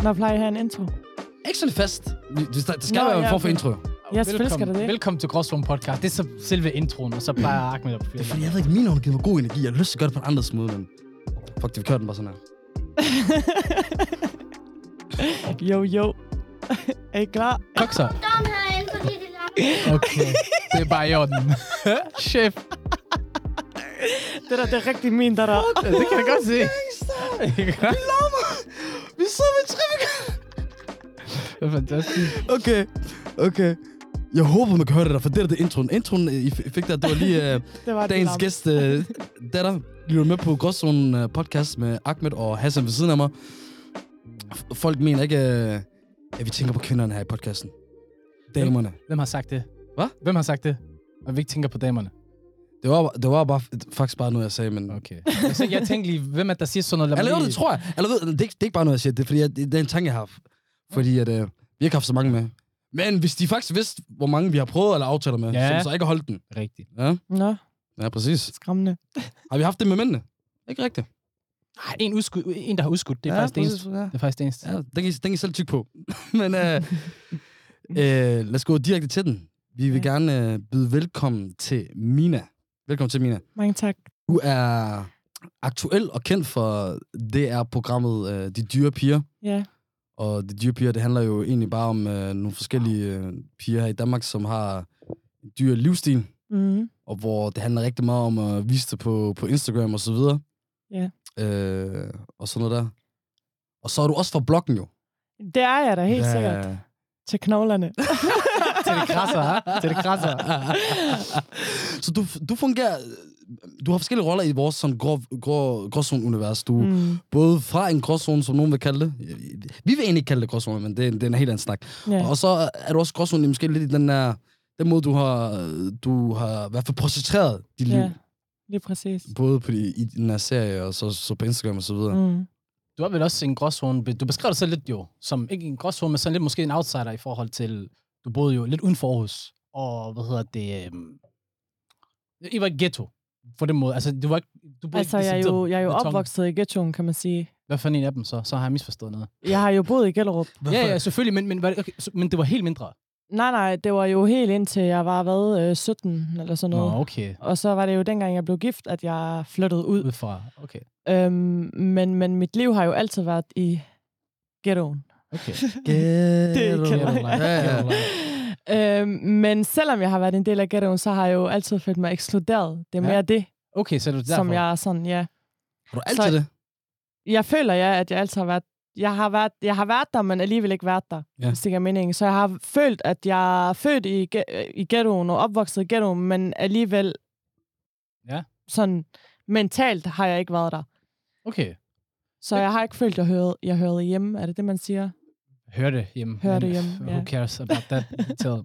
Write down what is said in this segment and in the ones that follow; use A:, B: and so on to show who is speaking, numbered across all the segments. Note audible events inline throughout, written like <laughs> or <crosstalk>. A: Der plejer jeg at have en intro.
B: Ikke sådan fast. Det, det, der skal
A: Nå,
B: Nå, være en
A: ja,
B: form for
A: okay.
B: intro. jo.
A: Ja, selvfølgelig skal der det.
C: Velkommen til Gråzone Podcast. Det er så selve introen, og så plejer Ahmed at fyre.
B: Det er fordi, jeg ved ikke, min har givet mig god energi. Jeg har lyst til at gøre det på en anderledes måde, men... Fuck, det vi kører den bare sådan her.
A: Jo, jo. <laughs> er I klar?
C: Kokser.
D: Don herinde, fordi det er langt.
C: Okay, det er bare i orden. Chef.
A: Det der, det er rigtig min, der der.
C: Ja, det kan jeg godt se.
B: <laughs> Vi sidder med tre
C: <laughs> Det er fantastisk.
B: Okay, okay. Jeg håber, man kan høre det der, for det der det er introen. Introen, øh, I f- fik der, det var
A: <laughs>
B: lige øh,
A: Det var
B: dagens
A: det
B: gæst, øh, datter. Lytter med på Gråzonen øh, podcast med Ahmed og Hassan ved siden af mig. F- folk mener ikke, øh, at vi tænker på kvinderne her i podcasten. Damerne.
C: Hvem har sagt det?
B: Hvad?
C: Hvem har sagt det? Og vi ikke tænker på damerne.
B: Det var, det var bare, faktisk bare noget, jeg sagde, men...
C: Okay. Jeg, tænkte, jeg tænkte lige, hvem er der siger sådan noget? Lad mig
B: Eller jo,
C: lige-
B: det tror jeg. Eller ved, det, er ikke- det er ikke bare noget, jeg siger. Det er, fordi, jeg, det er en tanke, jeg har haft. Fordi at, øh, vi har ikke haft så mange med. Men hvis de faktisk vidste, hvor mange vi har prøvet eller aftaler med,
C: Ja.
B: ja. så, så ikke har holdt den.
C: Rigtigt.
B: Ja,
A: Nå,
B: ja præcis.
A: skræmmende.
B: Har vi haft det med mændene? Ikke rigtigt.
C: Ej, en, udskud, en der har udskudt, det er
B: ja,
C: faktisk det eneste.
B: præcis, ja.
C: Det er faktisk det
B: <laughs>
C: eneste.
B: ja, den, kan I, den kan I selv tykke på. <laughs> Men
C: <laughs>
B: øh, øh, lad os gå direkte til den. Vi vil
A: Ja.
B: gerne øh, byde velkommen til Mina. Velkommen til Mina.
A: Mange tak.
B: Du er aktuel og kendt for DR-programmet øh, De Dyre Piger.
A: Ja,
B: Og de dyre piger, det handler jo egentlig bare om øh, nogle forskellige øh, piger her i Danmark, som har en dyr livsstil,
A: mm,
B: og hvor det handler rigtig meget om at vise det på, på Instagram og så videre.
A: Ja.
B: Øh, og sådan noget der. Og så er du også fra bloggen jo.
A: det er jeg da helt ja. sikkert. Til knoglerne.
C: Til det krasser, ha? Til det krasser.
B: <laughs> så du, du fungerer... Du har forskellige roller i vores sådan grå, grå, gråzone-univers. Du, mm.
A: Mm,
B: Både fra en gråzone, som nogen vil kalde det. Vi vil egentlig ikke kalde det gråzone, men det, er- det er en helt anden snak.
A: ja.
B: Og så er du også gråzonen måske lidt i den der, den måde, du har, du har i hvert fald portrætteret dit liv.
A: ja, lige præcis.
B: Både på de, i den her serie, og så, så på Instagram og så videre. Mm.
A: Mm.
C: Du har vel også en gråzone. Du beskrev dig selv lidt jo, som ikke en gråzone, men sådan lidt måske en outsider i forhold til, du boede jo lidt uden for Aarhus, og hvad hedder det, øhm, I var i ghetto, på den måde. Altså, du var ikke, du boede
A: Altså,
C: ikke
A: jeg er,
C: decideret
A: jo, jeg er jo
C: beton.
A: opvokset i ghettoen, kan man sige.
C: Hvad for en af dem så? Så har jeg misforstået noget.
A: Jeg har jo boet i Gellerup.
C: Ja, ja, selvfølgelig, men, men, var det- okay, så- men det var helt mindre.
A: Nej, nej, det var jo helt indtil jeg var, hvad, øh, 17 eller sådan noget.
C: Nå, okay.
A: Og så var det jo dengang, jeg blev gift, at jeg flyttede ud.
C: Ud fra, okay.
A: Øhm, men, men mit liv har jo altid været i ghettoen. <laughs>
C: okay.
A: Det
B: Ghetto.
A: kan jeg.
B: Ja, ja.
A: Øhm, men selvom jeg har været en del af ghettoen, så har jeg jo altid følt mig ekskluderet. Det er
C: Ja,
A: mere ja, det,
C: Okay, så er du
A: derfor.
C: derfor.
A: som jeg er sådan, ja.
B: Har du altid
A: Så-
B: det?
A: Jeg føler, ja, at jeg altid har været... Jeg har været, jeg har været der, men alligevel ikke været der,
B: Ja.
A: ja. hvis det giver mening. Så jeg har følt, at jeg er født i, ge- i ghettoen og opvokset i ghettoen, men alligevel
C: Ja.
A: sådan mentalt har jeg ikke været der.
C: Okay.
A: Så jeg har ikke følt, at jeg hørte, jeg hørte hjemme. Er det det, man siger?
C: Hør det hjemme.
A: Hør
C: men øh,
A: det hjemme,
C: Who
A: ja.
C: cares about that
A: <coughs>
C: detail?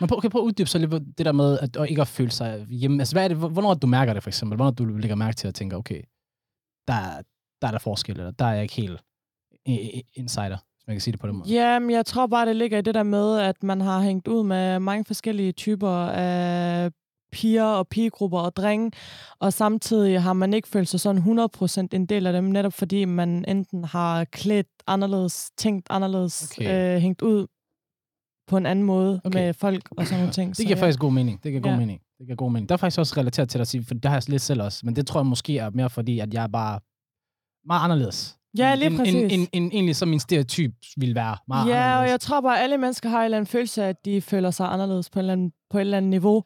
C: Men prøv, kan prøve at uddybe så lidt på det der med, at og ikke at føle sig hjemme. Altså, hvad er det, hvor- hvornår er det, du mærker det, for eksempel? Hvornår er det, du lægger mærke til at tænke, okay, der, er- der er der forskel, eller der er jeg ikke helt i- i- insider, hvis man kan sige det på den måde.
A: Jamen, jeg tror bare, det ligger i det der med, at man har hængt ud med mange forskellige typer af piger og pigegrupper og drenge, og samtidig har man ikke følt sig sådan 100% en del af dem, netop fordi man enten har klædt anderledes, tænkt anderledes,
C: Okay.
A: okay. øh, hængt ud på en anden måde
C: Okay.
A: okay. med folk og sådan nogle ting.
C: Det giver
A: ja.
C: faktisk god mening. Det giver god
A: Ja.
C: mening. Det giver god mening. Der er faktisk også relateret til dig at sige, for det har jeg lidt selv også, men det tror jeg måske er mere fordi, at jeg er bare meget anderledes.
A: Ja, lige
C: End-
A: præcis.
C: End, end, end, egentlig som min stereotyp ville være meget
A: Ja, og
C: anderledes.
A: jeg tror bare, at alle mennesker har en eller anden følelse af, at de føler sig anderledes på, en eller anden, på et eller andet niveau.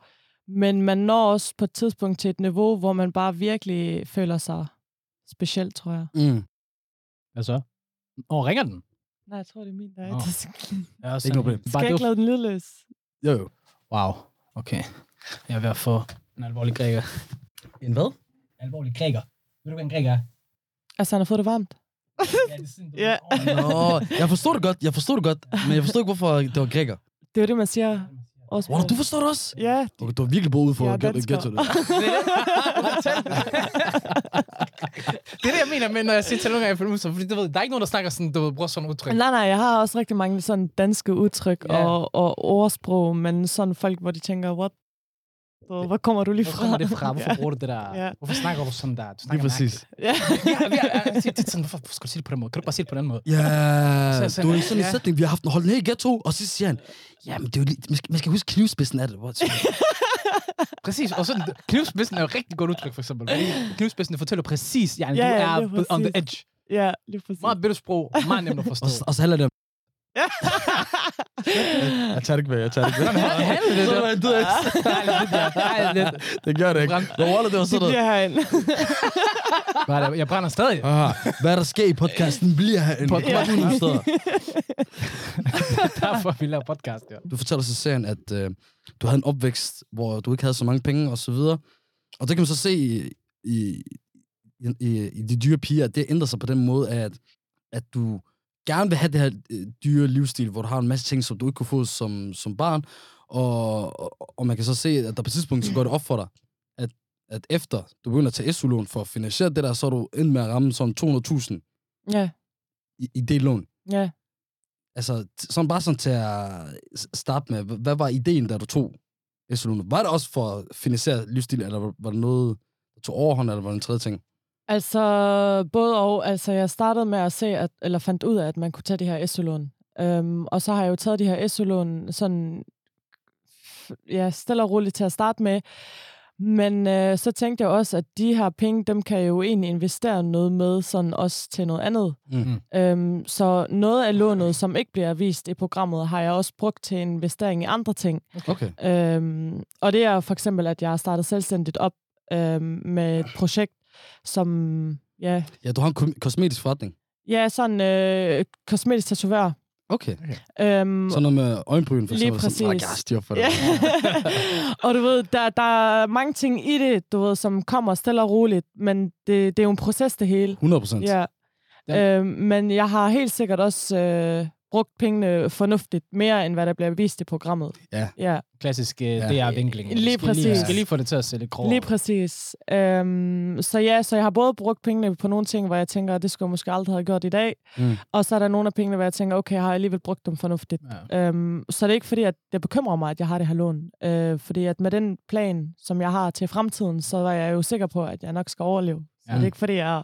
A: Men man når også på et tidspunkt til et niveau, hvor man bare virkelig føler sig speciel, tror jeg.
B: Mm.
C: Hvad så? Og ringer den?
A: Nej, jeg tror, det er min, der er.
C: Nå.
A: Oh. <laughs> Skal
C: Ja,
B: Ikke noget problem.
C: Bare
A: jeg
C: det var
A: ikke lave den lydløs?
B: Jo, jo.
C: Wow, okay. Jeg er ved at få en alvorlig græker.
B: En hvad?
C: En alvorlig græker. Ved du, hvad en <laughs> græker er?
A: Altså, han har fået det varmt.
C: Ja, det er sådan, du
A: Ja.
B: Nå, jeg forstod det godt, jeg forstod det godt, men jeg forstod ikke, hvorfor det var græker.
A: Det er jo det, man siger. Også
B: Wow, du forstår det også?
A: Ja,
B: Okay, du har virkelig boet ude for
A: Jeg er
B: ghetto.
A: dansker.
B: ghetto der.
C: <laughs> det er det, jeg mener, men når jeg siger til nogle gange, jeg føler mig som, fordi du ved, der er ikke nogen, der snakker sådan, du ved, bruger sådan udtryk.
A: nej, nej, jeg har også rigtig mange sådan danske udtryk
C: Ja.
A: og, og ordsprog, men sådan folk, hvor de tænker, what Så hvor kommer du lige
C: Hvor
A: fra?
C: kommer det fra? Hvorfor
A: ja.
C: bruger du det der?
A: Ja.
C: Hvorfor snakker du sådan der? Du snakker
B: Lige præcis.
A: <laughs> Ja.
C: mærkeligt. Ja, ja, ja, jeg siger tit sådan, hvorfor hvorfor skal du sige det på den måde? Kan du ikke bare sige det på den anden måde?
B: Ja,
A: <laughs>
B: yeah,
C: Så- så-
B: du er i sådan en
C: ja.
B: sætning, vi har haft en hold ned i ghetto, og så siger han, jamen det er jo lige, man, skal, man skal huske knivspidsen af det. Hvor-
A: <laughs>
C: Præcis, og sådan, knivspidsen er jo et rigtig godt udtryk, for eksempel. fordi Knivspidsen fortæller præcis, ja,
A: Ja,
C: du
A: ja,
C: er
A: lige
C: på- on the
A: præcis.
C: edge.
A: ja, lige præcis.
C: Meget bedre sprog, meget nemt at forstå.
B: Og, så- og så handler det om... <laughs>
A: Ja.
B: jeg tager det ikke med, jeg tager det ikke med.
C: Hvad handler det
B: Så
C: der?
B: var jeg død.
C: <laughs> Der er lidt, ja. Der er
B: <laughs>
C: lidt.
B: Det gør det ikke. Det var det var
A: Det
B: sådan noget.
A: bliver herinde.
C: Hvad er det? Jeg brænder
B: <laughs>
C: stadig.
B: Aha, hvad der sker i podcasten bliver herinde.
C: Pod-
B: Kom nu nogle <laughs> steder.
C: Derfor vi laver podcast, ja.
B: Du fortæller så i serien, at øh, du havde en opvækst, hvor du ikke havde så mange penge og så videre. Og det kan man så se i, i, i- i, i de dyre piger, at det ændrer sig på den måde, at, at du gerne vil have det her øh, dyre livsstil, hvor du har en masse ting, som du ikke kunne få som, som barn. Og, og, og man kan så se, at der på et tidspunkt, så går det op for dig, at, at efter du begynder at tage SU-lån for at finansiere det der, så er du ind med at ramme sådan 200.000
A: ja,
B: i, i det lån.
A: ja.
B: Altså, t- sådan bare sådan til at s- starte med, h- hvad var ideen, da du tog SU-lånet? Var det også for at finansiere livsstil, eller var- var det noget, du tog overhånd, eller var det en tredje ting?
A: Altså, både og. Altså, jeg startede med at se, at, eller fandt ud af, at man kunne tage de her SU-lån. Øhm, og så har jeg jo taget de her SU-lån sådan, f- ja, stille og roligt til at starte med. Men øh, så tænkte jeg også, at de her penge, dem kan jeg jo egentlig investere noget med, sådan også til noget andet.
B: Mm.
A: Øhm, så noget af lånet, som ikke bliver vist i programmet, har jeg også brugt til investering i andre ting.
B: Okay.
A: Øhm, og det er for eksempel, at jeg har startet selvstændigt op øhm, med et projekt, som ja,
B: Ja, du har en kom- kosmetisk forretning.
A: ja sådan øh, kosmetisk tatovør.
B: Okay.
A: Øhm,
B: Sådan noget med øjenbryn, for
A: Lige
B: eksempel. Sådan, "Ej,
A: præcis.
B: jeg har styr på det.
A: ja. <laughs> og du ved, der, der er mange ting i det, du ved, som kommer stille og roligt, men det, det er jo en proces, det hele.
B: 100 procent.
A: Ja.
C: Ja.
A: Øhm, men jeg har helt sikkert også øh, brugt pengene fornuftigt, mere end hvad der bliver vist i programmet.
B: Ja.
A: ja.
C: Klassisk uh,
B: Ja.
C: DR-vinkling.
A: Lige
C: Skal Lige,
A: præcis.
C: skal lige få det til at se lidt grovere.
A: Lige præcis. Øhm, så ja, så jeg har både brugt pengene på nogle ting, hvor jeg tænker, at det skulle jeg måske aldrig have gjort i dag.
B: Mm.
A: Og så er der nogle af pengene, hvor jeg tænker, okay, jeg har alligevel brugt dem fornuftigt.
C: Ja.
A: Øhm, så det er ikke fordi, at det bekymrer mig, at jeg har det her lån. Øh, fordi at med den plan, som jeg har til fremtiden, så er jeg jo sikker på, at jeg nok skal overleve. Så
C: Ja.
A: det er ikke fordi, jeg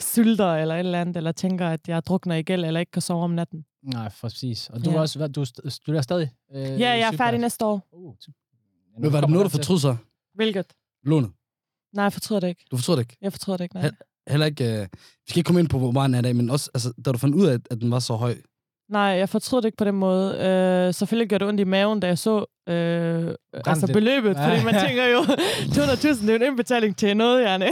A: sylter eller et eller andet, eller tænker, at jeg drukner i gæld, eller ikke kan sove om natten.
C: Nej, præcis. Og du,
A: Ja.
C: ja. også, hvad- du, st- studerer stadig? Øh,
A: Ja, jeg er færdig næste år.
C: Uh, t-
B: Men var det noget, du fortrød så?
A: Hvilket?
B: Lånet?
A: Nej, jeg fortryder det ikke.
B: Du fortrød det ikke?
A: Jeg fortryder det ikke, nej.
B: Hel- Heller ikke... Øh... Vi skal ikke komme ind på, hvor meget den er i dag, men også, altså, da du fandt ud af, at- at den var så høj.
A: Nej, jeg fortrød det ikke på den måde. Øh, selvfølgelig gjorde det ondt i maven, da jeg så øh, altså
C: det.
A: beløbet,
C: Ja.
A: fordi man
C: <laughs>
A: tænker jo, 200.000, det er jo en indbetaling til noget, Janne.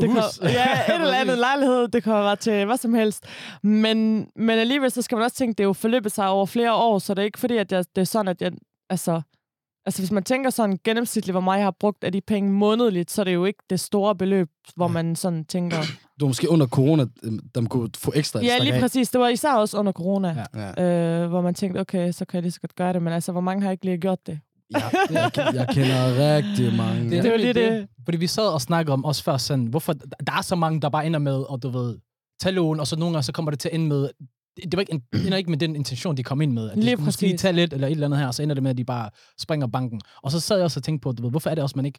A: det
C: Hus.
A: Kom, ja,
C: <laughs>
A: et eller andet
C: Præcis.
A: lejlighed, det kommer bare til hvad som helst. Men, men alligevel, så skal man også tænke, det er jo forløbet sig over flere år, så det er ikke fordi, at jeg, det er sådan, at jeg, altså, altså hvis man tænker sådan gennemsnitligt, hvor meget jeg har brugt af de penge månedligt, så er det jo ikke det store beløb, hvor man sådan
C: <clears throat>
A: tænker.
B: Du var måske under corona, øh, der kunne få ekstra.
A: Ja,
B: stak
A: lige
B: af.
A: præcis. Det var især også under corona.
C: Ja.
B: Ja.
A: øh, hvor man tænkte, okay, så kan jeg lige så godt gøre det, men altså, hvor mange har ikke lige gjort det?
B: Jeg, jeg, jeg kender rigtig mange.
A: Det- det er jo lige det.
C: Fordi vi sad og snakkede om også før sådan, hvorfor der er så mange, der bare ender med, og du ved, tage lån, og så nogle gange, så kommer det til at ende med, det det var ikke, en- ender ikke med den intention, de kom ind med. At de
A: Lige
C: skulle måske lige
A: præcis.
C: tage lidt, eller et eller andet her, og så ender det med, at de bare springer banken. Og så sad jeg også og tænkte på, du ved, hvorfor er det også, man ikke...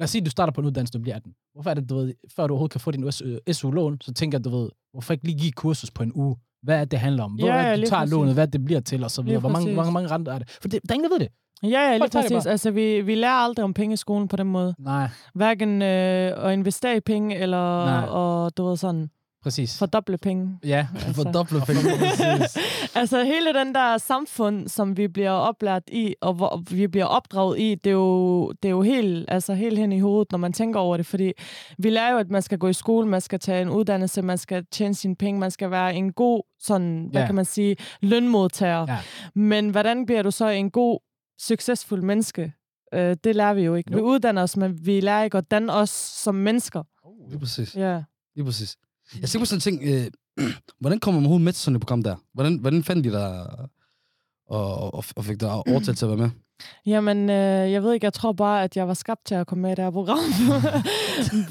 C: Lad os sige, at du starter på en uddannelse, du bliver 18. Hvorfor er det, du ved, før du overhovedet kan få din øh, SU- SU-lån, så tænker jeg, du ved, hvorfor ikke lige give et kursus på en uge? Hvad er det, handler om? Hvor
A: Ja,
C: ja,
A: ja,
C: er det,
A: lige
C: du tager
A: præcis.
C: lånet? Hvad det bliver til? Og så videre.
A: Lige
C: Hvor mange,
A: præcis.
C: mange, mange renter er det? For det, der er ingen, der ved det.
A: Ja, ja, lige
C: Folk tager det
A: præcis. Altså, vi, vi lærer aldrig om penge i skolen på den måde.
C: Nej,
A: Hverken øh, at investere i penge, eller
C: Nej.
A: og, du ved, sådan,
C: præcis.
A: fordoble penge. <laughs>
C: Ja,
B: For
A: Altså,
B: doble penge.
A: altså, hele den der samfund, som vi bliver oplært i, og hvor vi bliver opdraget i, det er jo, det er jo helt, altså, helt hen i hovedet, når man tænker over det. Fordi vi lærer jo, at man skal gå i skole, man skal tage en uddannelse, man skal tjene sine penge, man skal være en god, sådan, hvad
C: Ja.
A: kan man sige, lønmodtager.
C: Ja.
A: Men hvordan bliver du så en god, succesfuld menneske? Øh, det lærer vi jo ikke. Vi
C: Nope.
A: uddanner os, men vi lærer ikke at danne os som mennesker.
B: Lige præcis.
A: Ja.
B: Lige præcis. Jeg <clears throat> tænker på sådan en ting. Øh, hvordan kommer man overhovedet med til sådan et program der? Hvordan, hvordan fandt de der og, og, og fik dig overtalt til at være med?
A: Jamen, øh, jeg ved ikke, jeg tror bare, at jeg var skabt til at komme med i det her
C: <laughs>
A: program.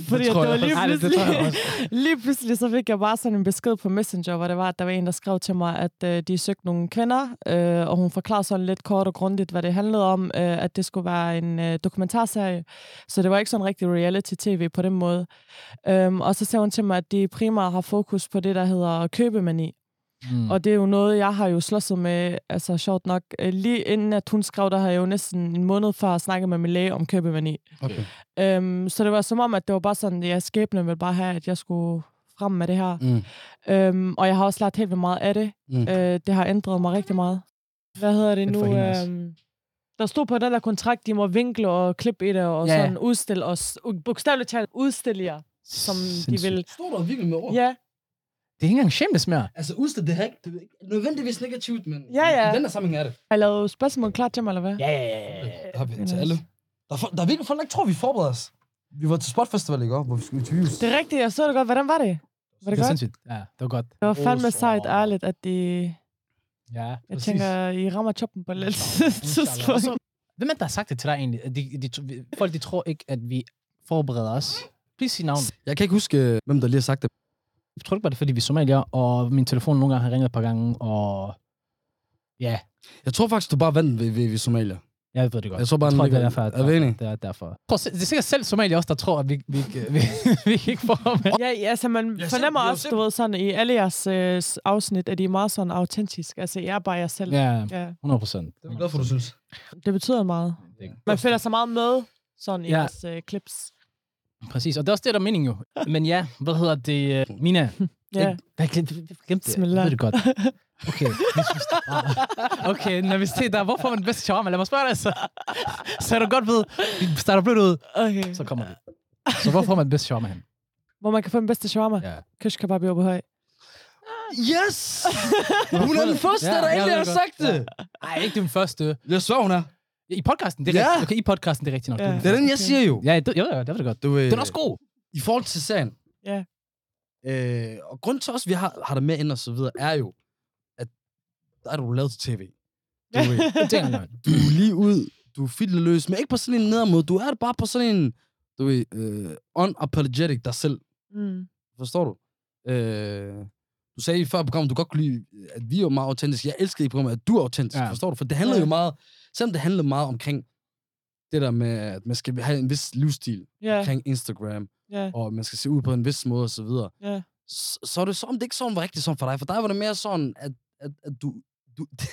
A: Fordi det,
C: tror
A: det
C: jeg
A: var
C: også.
A: lige
C: Ej, det- det
A: pludselig,
C: tror jeg
A: <laughs> lige pludselig, så fik jeg bare sådan en besked på Messenger, hvor det var, at der var en, der skrev til mig, at øh, de søgte nogle kvinder, øh, og hun forklarede sådan lidt kort og grundigt, hvad det handlede om, øh, at det skulle være en øh, dokumentarserie. Så det var ikke sådan rigtig reality-tv på den måde. Øhm, og så sagde hun til mig, at de primært har fokus på det, der hedder købemani.
C: Mm.
A: Og det er jo noget, jeg har jo slåsset med, altså sjovt nok. Øh, Lige inden at hun skrev, der har jeg jo næsten en måned før snakket med min læge om købemani.
B: <clears throat> Okay.
A: Øhm, så det var som om, at det var bare sådan, at jeg skæbne ville bare have, at jeg skulle frem med det her.
B: Mm.
A: Øhm, og jeg har også lært helt vildt meget af det.
B: Mm.
A: Øh, det har ændret mig rigtig meget. Hvad hedder det
C: Fedt
A: nu?
C: for hende også.
A: Øhm, der stod på den der kontrakt, de må vinkle og klippe i det, og
C: Ja, ja.
A: sådan udstille os. u- Bogstaveligt talt udstille jer, som de vil.
B: Står der virkelig med ord?
A: Ja,
C: Det er ikke engang shameless mere.
B: Altså, udsted, det er ikke, det er ikke nødvendigvis negativt, men
A: Ja, ja.
B: i den her sammenhæng er det.
A: har jeg lavet spørgsmål klar til mig, eller hvad?
C: Ja, ja, ja, ja, ja.
B: Der har vi
A: men
B: til
A: altså-
B: alle. Der er, folk- der er virkelig folk, der ikke tror, vi forbereder os. Vi var til Spot Festival i går, hvor vi skulle interviews.
A: Det er rigtigt, jeg så det godt. Hvordan var det? Var det
C: Det er
A: godt?
C: sindssygt. Ja, det var godt.
A: Det var
B: Åh,
A: fandme
B: så-
A: sejt, ærligt, at de...
C: Ja.
A: Jeg
B: Præcis.
A: tænker, I rammer toppen på et lidt <laughs>
C: Og
A: tidspunkt.
C: så- Hvem er det, der har sagt det til dig egentlig? At De, de, de, folk, de tror ikke, at vi forbereder os. Please sig navn.
B: Jeg kan ikke huske, øh, hvem der lige har sagt det.
C: Jeg tror ikke bare, det er, fordi vi er somalier, og min telefon nogle gange har ringet et par gange, og ja,
B: Jeg tror faktisk, du bare vandt ved, ved, ved Somalia.
C: jeg ved det godt.
B: Jeg tror bare, den
C: det er
B: ligger-
C: derfor. at-
B: Er vi enige?
C: Det er derfor. Jeg tror, se- det er sikkert selv somalier også, der tror, at vi, vi, ikke, vi, <laughs> vi ikke forbereder
A: Ja, ja, altså man
B: Ja,
A: fornemmer
B: simpelthen,
A: også, du
B: simpelthen.
A: ved, sådan i alle jeres øh, s- afsnit, at I er meget sådan autentisk. Altså, jeg er bare jer selv. Ja.
C: Ja,
A: ja.
C: 100 procent.
B: Det er jeg glad for, du synes.
A: Det betyder meget. Man føler sig meget med, sådan i
C: Ja.
A: jeres øh, clips.
C: Præcis, og det er også det, der er meningen jo. Men ja, hvad hedder det? øh, Mina,
A: Ja.
C: Jeg, jeg glemte, jeg glemte det.
A: Smilla.
C: Jeg ved det godt. Okay, nervøsitet. Ah, okay, nervøsitet der. Hvorfor er man bedst charme? Lad mig spørge dig så. Så du godt ved, vi starter blødt ud,
A: Okay.
C: så kommer det. Så hvorfor er man bedst charme hen?
A: Hvor man kan få den bedste shawarma.
C: Ja.
A: Kysh kebab i Åbehøj.
B: Yes! Hun er den første,
C: Ja,
B: der
C: jeg
B: egentlig har
C: ved godt.
B: sagt det.
C: Nej, ikke den første.
B: Jeg svær, hun er.
C: I podcasten, det er
B: Ja.
C: rigtigt. Okay, i podcasten, det er rigtigt nok.
A: Ja.
C: Du den
B: Det er den, jeg
A: Okay.
B: siger jo.
C: første. Ja, det, jeg ved det godt, jeg ved det godt.
B: Du, øh,
C: Den er også god.
B: I forhold til serien.
A: Ja.
B: Øh, og grunden til også, at vi har, har det med ind og så videre, er jo, at der er du lavet til tv. Du, øh,
C: Det er engang.
B: du er lige ud, du er fiddeløs, men ikke på sådan en nedermod. Du er bare på sådan en, du ved, øh, unapologetic dig selv.
A: <laughs> Mm.
B: Forstår du? Øh, du sagde før i programmet, du godt kunne lide, at vi er meget autentiske. Jeg elsker i programmet, at du er autentisk. Ja.
C: Ja.
B: Forstår du? For det handler jo
A: Ja.
B: meget, selvom det handler meget omkring det der med, at man skal have en vis livsstil
A: Ja,
B: omkring Instagram,
A: ja,
B: og man skal se ud på en vis måde osv.,
A: ja.
B: så, så er det som, det er ikke sådan var rigtig sådan for dig. For dig var det mere sådan, at, at, at du, du, <laughs>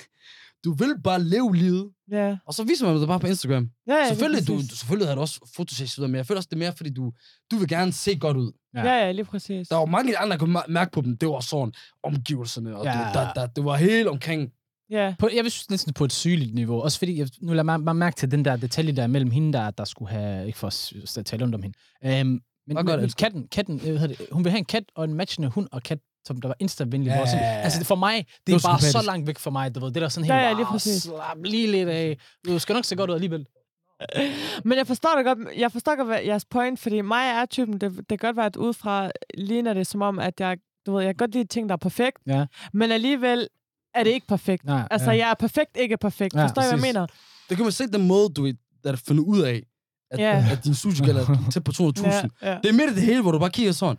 B: du vil bare leve livet,
A: Ja,
B: og så viser man det bare på Instagram.
A: ja, ja
B: Selvfølgelig,
A: lige
B: du,
A: præcis.
B: du, selvfølgelig havde du også fotosession videre, men jeg føler også, det er mere, fordi du, du vil gerne se godt ud.
A: Ja, ja, lige præcis.
B: Der var mange andre, der kunne ma- mærke på dem. Det var sådan omgivelserne, og ja.
C: Ja.
B: det, der, der, det var helt omkring.
A: Ja,
C: På, jeg vil synes næsten på et sygeligt niveau. Også fordi, jeg, nu lader man, man mærke til den der detalje der er mellem hende, der, der skulle have... Ikke for at s- at tale ondt om hende. Øhm, men,
B: Hvad gør
C: men,
B: det?
C: men katten, katten, øh, hvad hedder det, hun vil have en kat og en matchende hund og kat, som der var instavenlig.
B: Ja,
C: Ja,
B: ja, ja.
C: Altså for mig, det,
B: Det var
C: er bare så
B: sympatisk.
C: langt væk for mig. Du ved, det er der sådan helt,
A: Ja, ja,
C: ja,
A: lige
C: ja,
A: præcis.
C: slap lige lidt af. Du skal nok se godt ud alligevel.
A: men jeg forstår det godt, jeg forstår godt hvad- jeres point, fordi mig er typen, det, det kan godt være, at udefra ligner det som om, at jeg, du ved, jeg kan godt lide ting, der er perfekt,
C: Ja.
A: men alligevel er det ikke perfekt.
C: Nej,
A: Altså, ja. jeg er perfekt, ikke perfekt.
C: Ja,
A: Forstår I, hvad jeg
B: præcis.
A: mener?
B: Det kan man se den måde, du ved, at finde ud af, at,
A: Ja.
B: yeah. at din studiegæld er tæt på 200.000. Yeah.
A: ja.
B: Det er midt i det hele, hvor du bare kigger sådan.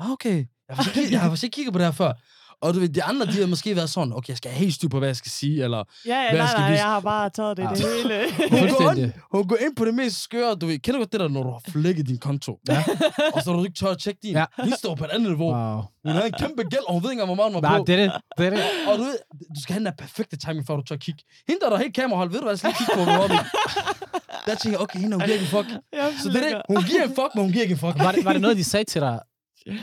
B: Ah, okay. Jeg har faktisk ikke- jeg har faktisk ikke kigget på det her før. Og du ved, de andre, de har måske været sådan, okay, jeg skal have helt styr på, hvad jeg skal sige, eller
A: ja, ja
B: Hvad
A: nej,
B: skal
A: nej,
B: vi-
A: jeg har bare taget det, i det hele.
B: Hun går, ind,
C: Fuldstændig.
B: hun går ind på det mest skøre, du ved, kender du godt det der, når du har flækket din konto?
C: Ja.
B: og så er du ikke tør at tjekke din. Ja.
C: Ja.
B: Hun står på et andet niveau. Wow.
C: Wow.
B: Hun har en kæmpe gæld, og hun ved ikke engang, hvor meget hun var
C: Nej,
B: på.
C: det er det. det, er det.
B: Og du ved, du skal have den der perfekte timing, før du tør at kigge. Hende, der er helt kamerahold, ved du hvad, jeg skal lige kigge på, hvor hun er oppe i. Der tænker jeg, okay, hende, hun giver ikke en fuck.
A: Jeg
B: Så det er det,
A: flækker.
B: hun giver en fuck, men hun giver ikke en fuck.
C: <laughs> Var, det. var det noget, de sagde til dig?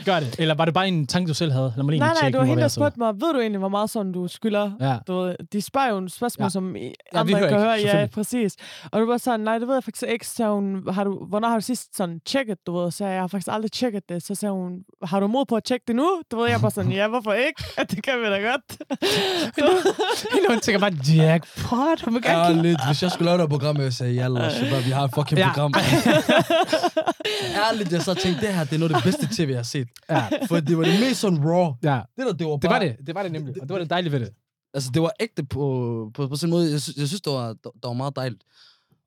C: Gør det. Eller var det bare en tanke, du selv havde? Lad mig lige
A: Nej, nej,
C: tjekke,
A: du
C: nu,
A: har
C: hvor
A: hende, der
C: det er sådan.
A: spurgte mig, ved du egentlig, hvor meget sådan du skylder? Ja.
C: Ja.
A: <laughs> Du ved, de spørger jo en spørgsmål, ja.
C: Ja.
A: som I
C: Ja, vi
A: andre
C: hører
A: kan
C: ikke,
A: høre. Ja,
C: selvfølgelig.
A: præcis. Og du var sådan, nej, det ved jeg faktisk ikke. Så sagde hun, har du, hvornår har du sidst sådan tjekket, du ved? Så sagde jeg, jeg har faktisk aldrig tjekket det. Så sagde hun, har du mod på at tjekke det nu? Du ved, jeg var sådan, ja, hvorfor ikke? <laughs> det kan vi da godt. <laughs>
C: Hende, hun tænker bare, jackpot. Hun vil gerne kigge.
B: Ærligt, hvis jeg skulle lave det her program, jeg sagde, jalla, shabab, vi har et fucking
C: Ja.
B: program. <laughs> Ærligt, jeg så tænkte, det her, det er noget af det bedste tv, jeg har set.
C: Ja.
B: For det var det mest sådan raw.
C: Ja,
B: Det der, det var bare...
A: <laughs>
C: det var det. Det var det nemlig. Og det var det dejlige ved det.
B: Altså, det var ægte på, på, på sådan en måde. Jeg, sy- jeg synes, det var, det var meget dejligt.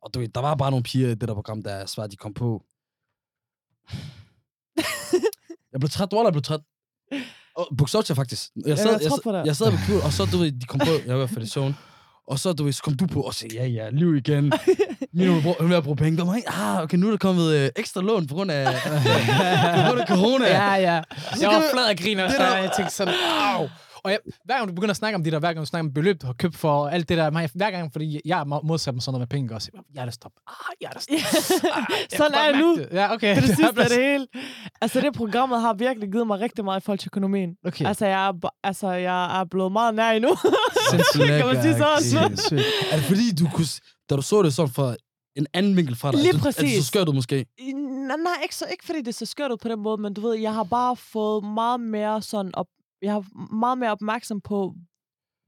B: Og du ved, der var bare nogle piger i det der program, der svært, de kom på. jeg blev træt, Walla, jeg blev træt. Og Buxotia, faktisk. Jeg sad,
A: jeg tror på
B: jeg,
A: dig.
B: jeg sad ved pul, og så, du ved, de kom på. Jeg var i hvert fald i søvn. Og så, du ved, så kom du på og sagde, ja, ja,
A: <laughs>
B: liv igen. Min hun er ved at bruge penge. Der var ikke, ah, okay, nu er der kommet øh, ekstra lån på grund af, <laughs> på grund af corona.
C: Ja, ja.
B: Så
C: Jeg
B: kan
C: var
B: du-
C: flad og griner,
B: det
C: så
B: der-
C: jeg tænkte sådan, au. Og jeg, hver gang du begynder at snakke om det der, hver gang du snakker om beløb, du har købt for og alt det der, man, hver gang, fordi jeg er meget modsat med sådan noget med penge, og siger, hjertestop, ah,
A: <laughs>
C: hjertestop. Ah, jeg kan
A: Sådan
C: godt
A: er jeg
C: mærke
A: nu.
C: det. Ja,
A: <laughs>
C: okay.
A: Det er det
C: Jeg
A: sidste
C: bliver
A: af det hele. Altså, det programmet har virkelig givet mig rigtig meget i forhold til økonomien.
C: Okay.
A: Altså, jeg er, b- altså, jeg er blevet meget nær endnu.
C: sindssygt.
A: Kan man sige sådan?
C: Sindssygt.
B: Er det fordi, du kunne, s- da du så det sådan fra en anden vinkel fra dig,
A: Lige
B: er du- er det
A: præcis.
B: så skørt du måske?
A: nej, nej ikke, så, ikke fordi det ser skørt ud på den måde, men du ved, jeg har bare fået meget mere sådan op, jeg har meget mere opmærksom på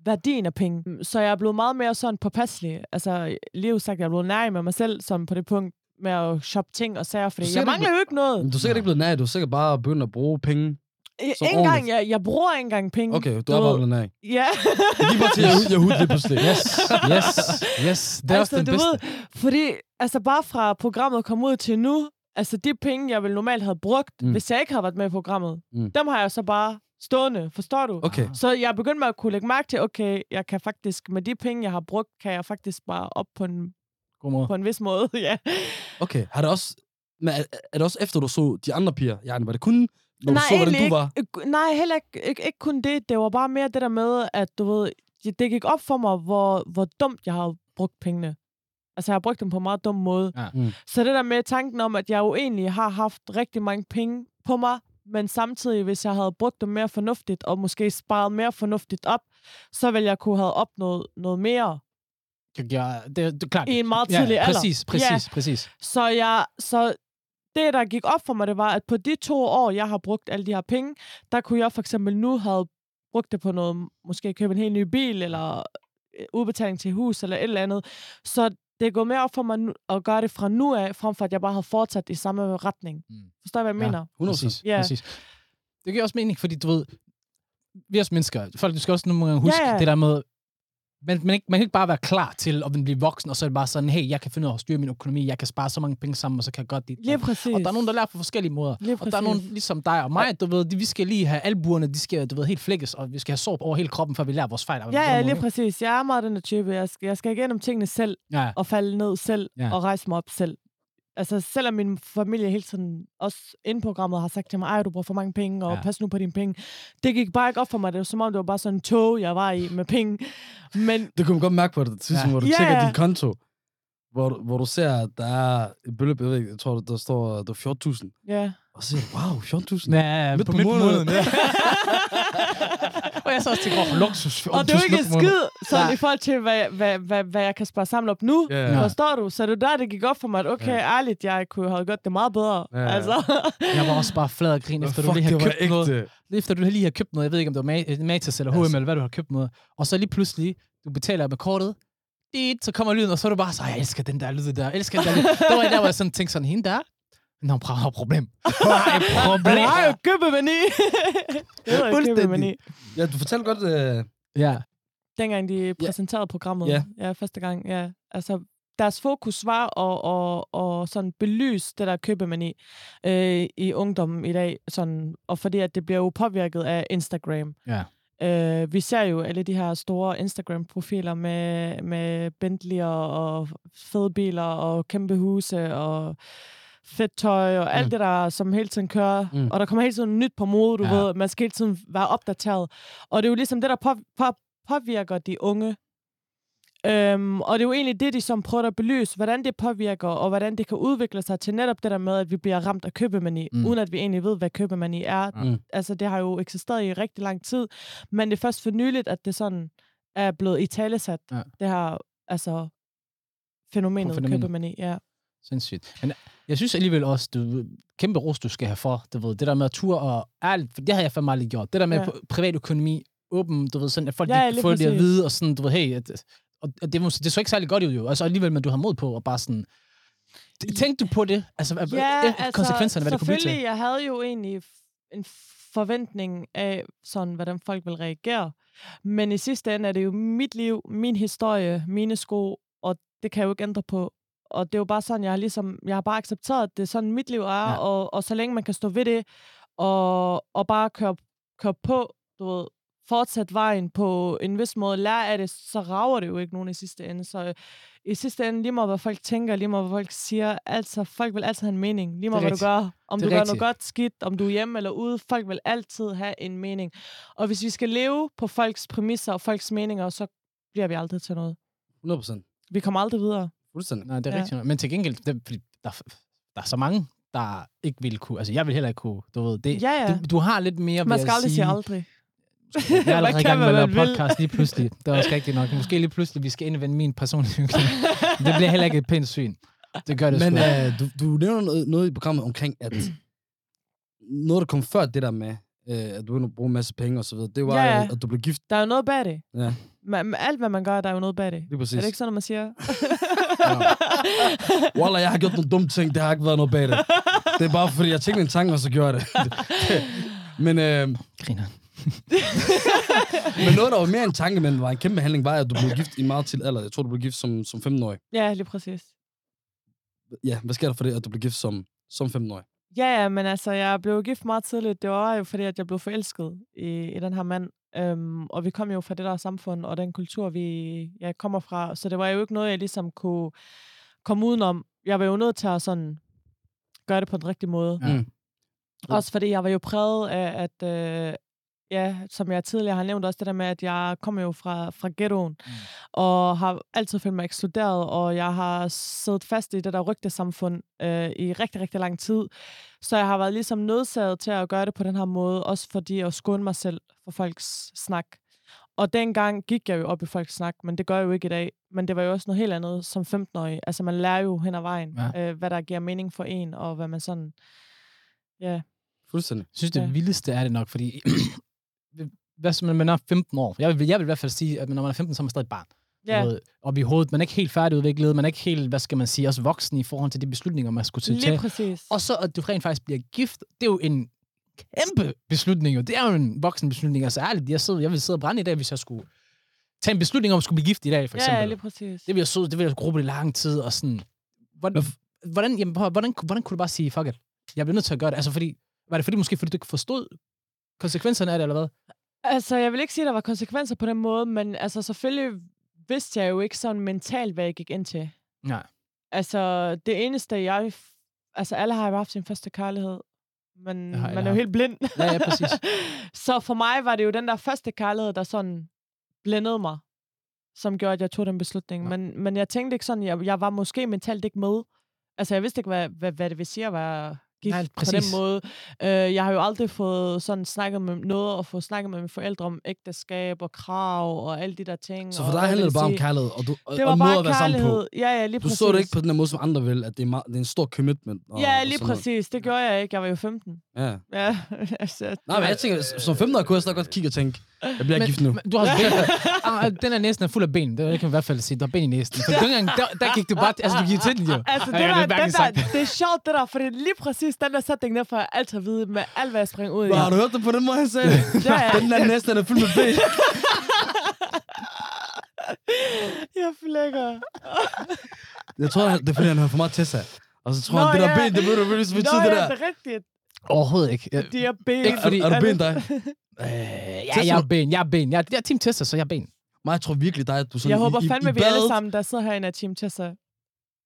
A: værdien af
B: Mm.
A: penge. Så jeg er blevet meget mere sådan påpasselig. Altså, lige sagt, jeg er blevet nær med mig selv sådan på det punkt med at shoppe ting og sager, fordi
B: Du ser
A: jeg
B: det
A: mangler jo ikke
B: Men
A: noget.
B: Du er sikkert ikke blevet nær, du er sikkert bare begyndt at bruge penge.
C: Mm.
B: Mm, så
A: Ikke engang, jeg, jeg bruger ikke engang penge.
B: Okay, du
A: Du
B: er bare
A: ved-
B: blevet nær.
A: Ja.
B: Giv mig til <laughs> Yahoo, Yahoo lige pludselig.
C: <laughs> Yes, yes, yes. Det er også
A: altså,
C: den
A: du
C: bedste.
A: ved, fordi altså bare fra programmet kom ud til nu, altså de penge, jeg ville normalt have brugt,
B: Mm.
A: mm. hvis jeg ikke havde været med i programmet,
B: Mm.
A: mm. dem har jeg så bare stående, forstår du?
B: Okay.
A: Så jeg begyndte med at kunne lægge mærke til, okay, jeg kan faktisk, med de penge, jeg har brugt, kan jeg faktisk bare op på en,
C: God måde.
A: på en vis måde, <laughs> ja.
B: Okay, har det også... Men er, er det også efter, du så de andre piger? Ja, var det kun, når
A: Nej,
B: du så, hvordan
A: egentlig
B: du var?
A: Øh, Nej, heller ikke, ikke, ikke kun det. Det var bare mere det der med, at du ved, det, det gik op for mig, hvor, hvor dumt jeg har brugt pengene. Altså, jeg har brugt dem på en meget dum måde.
C: Ja.
B: Mm.
A: Så det der med tanken om, at jeg jo egentlig har haft rigtig mange penge på mig, men samtidig, hvis jeg havde brugt dem mere fornuftigt, og måske sparet mere fornuftigt op, så ville jeg kunne have opnået noget mere.
C: Jeg- jeg- det, det, er klart.
A: I en meget tidlig
C: ja,
A: alder.
C: Præcis, præcis, præcis.
A: Så, jeg, så det, der gik op for mig, det var, at på de to år, jeg har brugt alle de her penge, der kunne jeg for eksempel nu have brugt det på noget, måske købe en helt ny bil, eller øh, udbetaling til hus, eller et eller andet. Så det går mere op for mig nu, at gøre det fra nu af, frem for at jeg bare har fortsat i samme retning.
C: Mm.
A: Forstår du, hvad jeg
C: Ja.
A: mener?
B: 100%.
C: Præcis,
A: Ja.
C: præcis. Det giver også mening, fordi du ved, vi er også mennesker. Folk, du skal også nogle gange huske
A: Ja, ja.
C: det der med, man, man, ikke, man kan ikke bare være klar til at blive voksen, og så er det bare sådan, hey, jeg kan finde ud af at styre min økonomi, jeg kan spare så mange penge sammen, og så kan jeg godt det.
A: Lige præcis.
C: Og der er nogen, der lærer på forskellige måder.
A: Lige
C: Og der er nogen ligesom dig og mig, du ved, de, vi skal lige have albuerne, de skal, du ved, helt flækkes, og vi skal have sår over hele kroppen, før vi lærer vores fejl.
A: Ja, ja, lige præcis. Jeg er meget den der type. Jeg skal, jeg skal igennem tingene selv,
C: Ja,
A: og falde ned selv,
C: Ja.
A: ja. og rejse mig op selv. Altså, selvom min familie hele tiden, også indprogrammet, har sagt til mig, ej, du bruger for mange penge, og
C: Ja.
A: ja. pas nu på dine penge. Det gik bare ikke op for mig. Det var som om, det var bare sådan en tog, jeg var i med penge. Men
B: Det kunne man godt mærke på det tidspunkt,
C: Ja.
B: hvor du
A: Ja,
B: tjekker
A: ja.
B: din konto. Hvor, du- hvor du ser, at der er et beløb, jeg, ved, ikke, jeg tror, der står der er 14.000.
A: ja,
B: Og så siger du, wow, 14.000?
C: ja, ja
B: Midt
C: på,
B: på
C: midt på
B: måneden.
C: måneden. ja. <laughs> og jeg så også tænker, oh, luksus.
A: og det er jo ikke en skid sådan,
C: Nej.
A: i forhold til, hvad, hvad, hvad, hvad jeg kan spare sammen op nu.
B: Ja,
C: Ja.
B: ja.
A: Forstår du? Så det var der, det gik op for mig, at okay, ja. ærligt, jeg kunne have gjort det meget bedre.
B: Ja,
A: Ja,
B: ja.
A: Altså.
C: Jeg var også bare flad og grin, efter du
B: Fuck,
C: lige har
B: det var
C: købt noget.
B: ægte.
C: lige efter du lige har købt noget, jeg ved ikke, om det var Ma- øh, Matas eller H&M,
B: Altså.
C: eller hvad du har købt noget, og så lige pludselig, du betaler med kortet, dit, så kommer lyden, og så er du bare så, "Ej, jeg elsker den der lyd der, jeg elsker den der lyd. Der var jeg der, hvor jeg sådan tænkte sådan, hende der, Nå, hun har et problem. Hun har et
A: Men
C: problem.
A: <laughs> jeg har jo købemani. <laughs> jeg har jo købemani.
B: Fuldstændig. Ja, du fortalte godt... Øh,
C: <laughs> Ja,
A: Dengang de præsenterede programmet,
B: Ja.
A: ja. ja, første gang, ja. Altså, deres fokus var at, at, at sådan belyse det der købemani øh, i ungdommen i dag, sådan, og fordi at det bliver jo påvirket af Instagram.
C: Ja.
A: Øh, vi ser jo alle de her store Instagram-profiler med, med Bentley'er og fede biler og kæmpe huse og fedt tøj og alt
B: Mm.
A: det der, som hele tiden kører.
B: Mm.
A: Mm. Og der kommer hele tiden nyt på mode, du
C: Ja.
A: ja. ved. Man skal hele tiden være opdateret. Og det er jo ligesom det, der på, på, påvirker de unge. Øhm, og det er jo egentlig det, de som prøver at belyse, hvordan det påvirker, og hvordan det kan udvikle sig til netop det der med, at vi bliver ramt af købemani,
C: Mm.
A: mm. uden at vi egentlig ved, hvad købemani er.
B: Mm.
A: Mm. Altså, det har jo eksisteret i rigtig lang tid, men det er først for nyligt, at det sådan er blevet i talesat,
C: Ja.
A: ja. det her altså, fænomenet,
C: Fænomenet.
A: fænomenet. købemani. Ja.
C: sindssygt. Men jeg synes alligevel også, du, kæmpe ros, du skal have for, du ved, det der med at tur og ærligt, for det har jeg fandme aldrig gjort. Det der med
A: Ja.
C: ja. privatøkonomi, åben, du ved, sådan, at folk
A: Ja,
C: ja,
A: lige
C: kan få det at
A: præcis.
C: vide, og sådan, du ved, hey, at, og, og det, må- det så ikke særlig godt ud jo, altså alligevel, men du har mod på, og bare sådan, Tænkte du på det? Altså, ja, altså øh, konsekvenserne, hvad det kunne blive til?
A: selvfølgelig. Jeg havde jo egentlig en forventning af, sådan, hvordan folk vil reagere. Men i sidste ende er det jo mit liv, min historie, mine sko, og det kan jeg jo ikke ændre på. Og det er jo bare sådan, jeg har, ligesom, jeg har bare accepteret, at det er sådan, mit liv er, ja.
C: Ja.
A: og, og så længe man kan stå ved det, og, og bare køre, køre på, du ved, fortsat vejen på en vis måde, lære af det, så rager det jo ikke nogen i sidste ende. Så øh, i sidste ende, lige meget hvad folk tænker, lige meget hvad folk siger, altså, folk vil altid have en mening. Lige meget hvad du
C: rigtigt.
A: gør, om
C: Det
A: du gør
C: er
A: noget
C: rigtigt.
A: godt skidt, om du er hjemme eller ude, folk vil altid have en mening. Og hvis vi skal leve på folks præmisser og folks meninger, så bliver vi aldrig til noget.
B: 100 procent.
A: Vi kommer aldrig videre.
B: Fuldstændig.
C: Nej, det er
A: Ja.
C: ja. rigtigt. nok. Men til gengæld, det, fordi der, der er så mange, der ikke vil kunne... Altså, jeg vil heller ikke kunne, du ved det.
A: Ja, ja.
C: Du, du har lidt mere,
A: Man
C: vil
A: skal
C: jeg
A: aldrig sige aldrig.
C: Jeg er
A: Man
C: allerede i
A: kan,
C: gang med
A: hvad
C: at lave
A: man vil.
C: podcast lige pludselig. Det er også rigtigt nok. Måske lige pludselig, vi skal indvende min personlige hygiejne. Det bliver heller ikke et pænt syn. Det gør det
B: Men
C: sgu. ikke.
B: øh, du, du nævner noget, noget i programmet omkring, at <clears throat> noget, der kom før det der med, øh, at du begyndte at bruge en masse penge og så videre, det var,
A: Ja, ja.
B: ja. at du blev gift.
A: Der er jo noget bag det.
B: Ja,
A: Man, man- alt, hvad man gør, der er jo noget bag det.
B: lige præcis.
A: Er det ikke sådan, noget, man siger? <laughs>
B: Wallah, jeg har gjort nogle dumme ting, det har ikke været noget bag det. Det er bare, fordi jeg tænkte en tanke, og så gjorde jeg det. <laughs> men, øh,
C: Griner.
B: <laughs> men noget, der var mere en tanke, men var en kæmpe handling, var, at du blev gift i en meget til alder. Jeg tror, du blev gift som, som 15-årig.
A: ja, lige præcis.
B: Ja, hvad sker der for det, at du blev gift som, som 15-årig?
A: Ja, ja, men altså, jeg blev gift meget tidligt. Det var jo fordi, at jeg blev forelsket i, i den her mand. Øhm, og vi kom jo fra det der samfund og den kultur, vi jeg kommer fra. Så det var jo ikke noget, jeg ligesom kunne komme udenom. Jeg var jo nødt til at sådan gøre det på den rigtige måde.
C: Ja.
B: Mm.
A: Også fordi jeg var jo præget af, at øh, ja, som jeg tidligere har nævnt også, det der med, at jeg kommer jo fra, fra ghettoen, mm. og har altid følt mig ekskluderet, og jeg har siddet fast i det der rygtesamfund øh, i rigtig, rigtig lang tid. Så jeg har været ligesom nødsaget til at gøre det på den her måde, også fordi jeg skåne mig selv for folks snak. Og dengang gik jeg jo op i folks snak, men det gør jeg jo ikke i dag. Men det var jo også noget helt andet som 15-årig. Altså man lærer jo hen ad vejen, ja. øh, hvad der giver mening for en, og hvad man sådan... Ja,
B: Fuldstændig.
C: Jeg synes, det
A: Ja.
C: ja. vildeste er det nok, fordi... <clears throat> hvad så, når man er 15 år? Jeg vil, jeg vil i hvert fald sige, at når man er 15, så er man stadig et barn.
A: ja.
C: Yeah. Op i hovedet. Man er ikke helt færdigudviklet. Man er ikke helt, hvad skal man sige, også voksen i forhold til de beslutninger, man skulle til at tage.
A: Lige præcis.
C: Og så, at du rent faktisk bliver gift, det er jo en kæmpe beslutning. Jo. Det er jo en voksen beslutning. Altså ærligt, jeg, sidder, jeg ville sidde og brænde i dag, hvis jeg skulle tage en beslutning om, at skulle blive gift i dag, for eksempel.
A: Ja, lige præcis.
C: Det vil jeg sidde, det vil jeg gruble i lang tid, og sådan... Hvordan, hvordan, jamen, prøv at- hvordan, hvordan kunne du bare sige, fuck it, jeg bliver nødt til at gøre det? Altså, fordi, var det fordi, måske fordi du ikke forstod konsekvenserne af det, eller hvad?
A: Altså, jeg vil ikke sige, at der var konsekvenser på den måde, men altså, selvfølgelig vidste jeg jo ikke sådan mentalt, hvad jeg gik ind til.
C: Nej.
A: Altså, det eneste, jeg... f- Altså, alle har jo haft sin første kærlighed, men
C: Det har alle
A: man er jo
C: haft.
A: helt blind.
C: Ja, ja, præcis.
A: så for mig var det jo den der første kærlighed, der sådan blændede mig, som gjorde, at jeg tog den beslutning.
C: Nå.
A: Men, men jeg tænkte ikke sådan, jeg, jeg var måske mentalt ikke med. Altså, jeg vidste ikke, hvad, hvad, hvad det vil sige at være gift
C: Nej,
A: Nej, på den
C: præcis.
A: måde. Øh, jeg har jo aldrig fået sådan snakket med noget, og få snakket med mine forældre om ægteskab og krav og alle de der ting.
B: Så for
A: og
B: dig
A: hvad
B: handler
A: vil
B: det bare om
A: sige.
B: kærlighed, og, du, og,
A: Det var
B: og måder
A: bare
B: at være sammen på.
A: kærlighed. Ja, ja, lige
B: Du
A: præcis.
B: så det ikke på den der måde, som andre vil, at det er, meget, det er en stor commitment. Og,
A: Ja,
B: og
A: lige
B: sådan noget.
A: præcis. Det gjorde jeg ikke. Jeg var jo 15.
B: Ja.
A: Ja, <laughs> altså...
B: Nej, men jeg tænker, som 15-årig kunne jeg stadig godt kigge og tænke, jeg bliver
C: Men-
B: gift nu.
C: Men, du har ben. ah, den her næsen er fuld af ben. Det kan man i hvert fald sige. Der er ben i næsen. For dengang, der, der gik du bare... Altså, du gik til den jo.
A: <laughs> Altså, det,
C: Ej,
A: der,
C: er
A: den
C: hverken
A: der,
C: sagt.
A: det er sjovt, det der, fordi lige præcis den der sætning, der får jeg altid at vide med alt, hvad jeg springer ud i.
B: Hvad, har du hørt det på den måde, han sagde
A: <laughs>
B: det?
A: Ja, ja.
B: Den der næste, den er fyldt med B.
A: Jeg flækker.
B: Jeg tror, det er fordi, han hører for meget Tessa. Og så tror
A: Nå,
B: han, det der
A: ja.
B: ben, det ved du, hvad det betyder,
A: Nå,
B: det
A: ja,
B: der.
A: det er rigtigt.
C: Overhovedet ikke. Jeg,
A: De er ben.
C: Ikke fordi-
B: Er, er du
A: det-
B: ben dig?
C: øh, ja,
B: Tester
C: jeg er
B: du-
C: ben. Jeg er ben. Jeg, er- jeg er team tester, så jeg er ben.
B: Men jeg tror virkelig dig, at du sådan
A: Jeg håber
B: i, i,
A: fandme,
B: i
A: vi alle
B: badet-
A: sammen, der sidder herinde, er Team Tessa.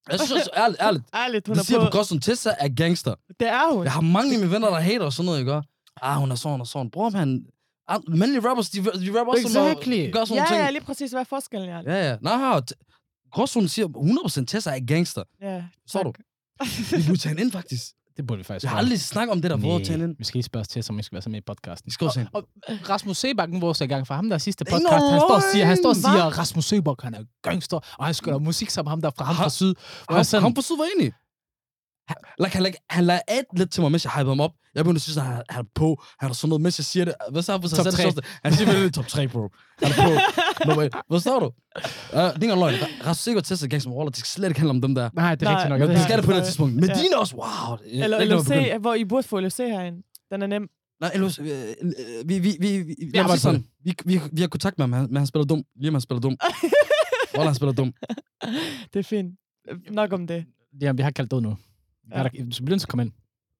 B: Jeg synes, også, ærligt, ærligt.
A: Ærligt, hun
B: Det
A: er
B: siger på
A: på.
B: godt, som Tessa er gangster.
A: Det er hun.
B: Jeg har mange af mine venner, der hater og sådan noget, jeg gør. Ah, hun er sådan, hun er sådan. Bror, man. Ah, Mandlige rappers, de, de rapper også sådan,
C: Exactly.
B: og gør sådan
A: Ja,
B: nogle ting.
A: ja, lige præcis. Hvad er forskellen, Jarl?
B: Ja, ja. Nej, t- Gråzonen siger 100% Tessa er gangster.
A: Ja,
B: Så er du.
A: tak.
B: Vi burde tage hende ind, faktisk.
C: Det burde vi faktisk
B: Jeg har
C: gøre.
B: aldrig snakket om det der, hvor at tage hende ind.
C: vi skal lige spørge os til, som vi skal være så med i podcasten.
B: Vi skal også have hende.
C: Og Rasmus Sebakken, vores er i gang for ham, der er sidste
B: Det er ikke
C: podcast, han står og
B: løgn,
C: siger, han står og
B: hva'?
C: siger, at Rasmus Sebak, han er gangster, og han skal lave musik sammen med ham, der er fra ham
B: Har-
C: fra syd. Og
B: Ham, sådan...
C: jeg sådan,
B: ham på syd var enig. Han- Like, han, like, han lagde alt lidt til mig, mens jeg hypede ham op. Jeg begyndte at synes, at han, han er på. Han er sådan noget, mens jeg siger det. Hvad så har han
C: Top
B: sagde det
C: tre.
B: sjoveste? Han siger virkelig top 3, bro. Han er på. Nummer et. Hvad står du? Uh, det er ikke engang løgn. Ra- Rasmus Sikker til sig gang som roller. Det skal slet ikke handle om dem der.
C: nej, det er
A: Nej,
C: rigtigt nok.
B: Men
A: det
B: det
A: er-
B: skal det på det her tidspunkt. Men
A: Ja.
B: dine også, wow. Jeg-
A: Eller
B: jeg kan godt
A: LFC,
B: begynde.
A: hvor I burde få LFC herinde. Den er nem.
B: Nej, Elvis, øh, øh, vi, vi, vi, vi, lad mig sige
C: arbejder på
B: sådan. vi, vi, vi har kontakt med ham, han- men han spiller dum. Lige om han spiller dum. Wallah, han spiller dum.
A: Det er fint. Nok om det.
C: Ja, vi har kaldt død nu. Ja. Er der, så bliver den så komme ind.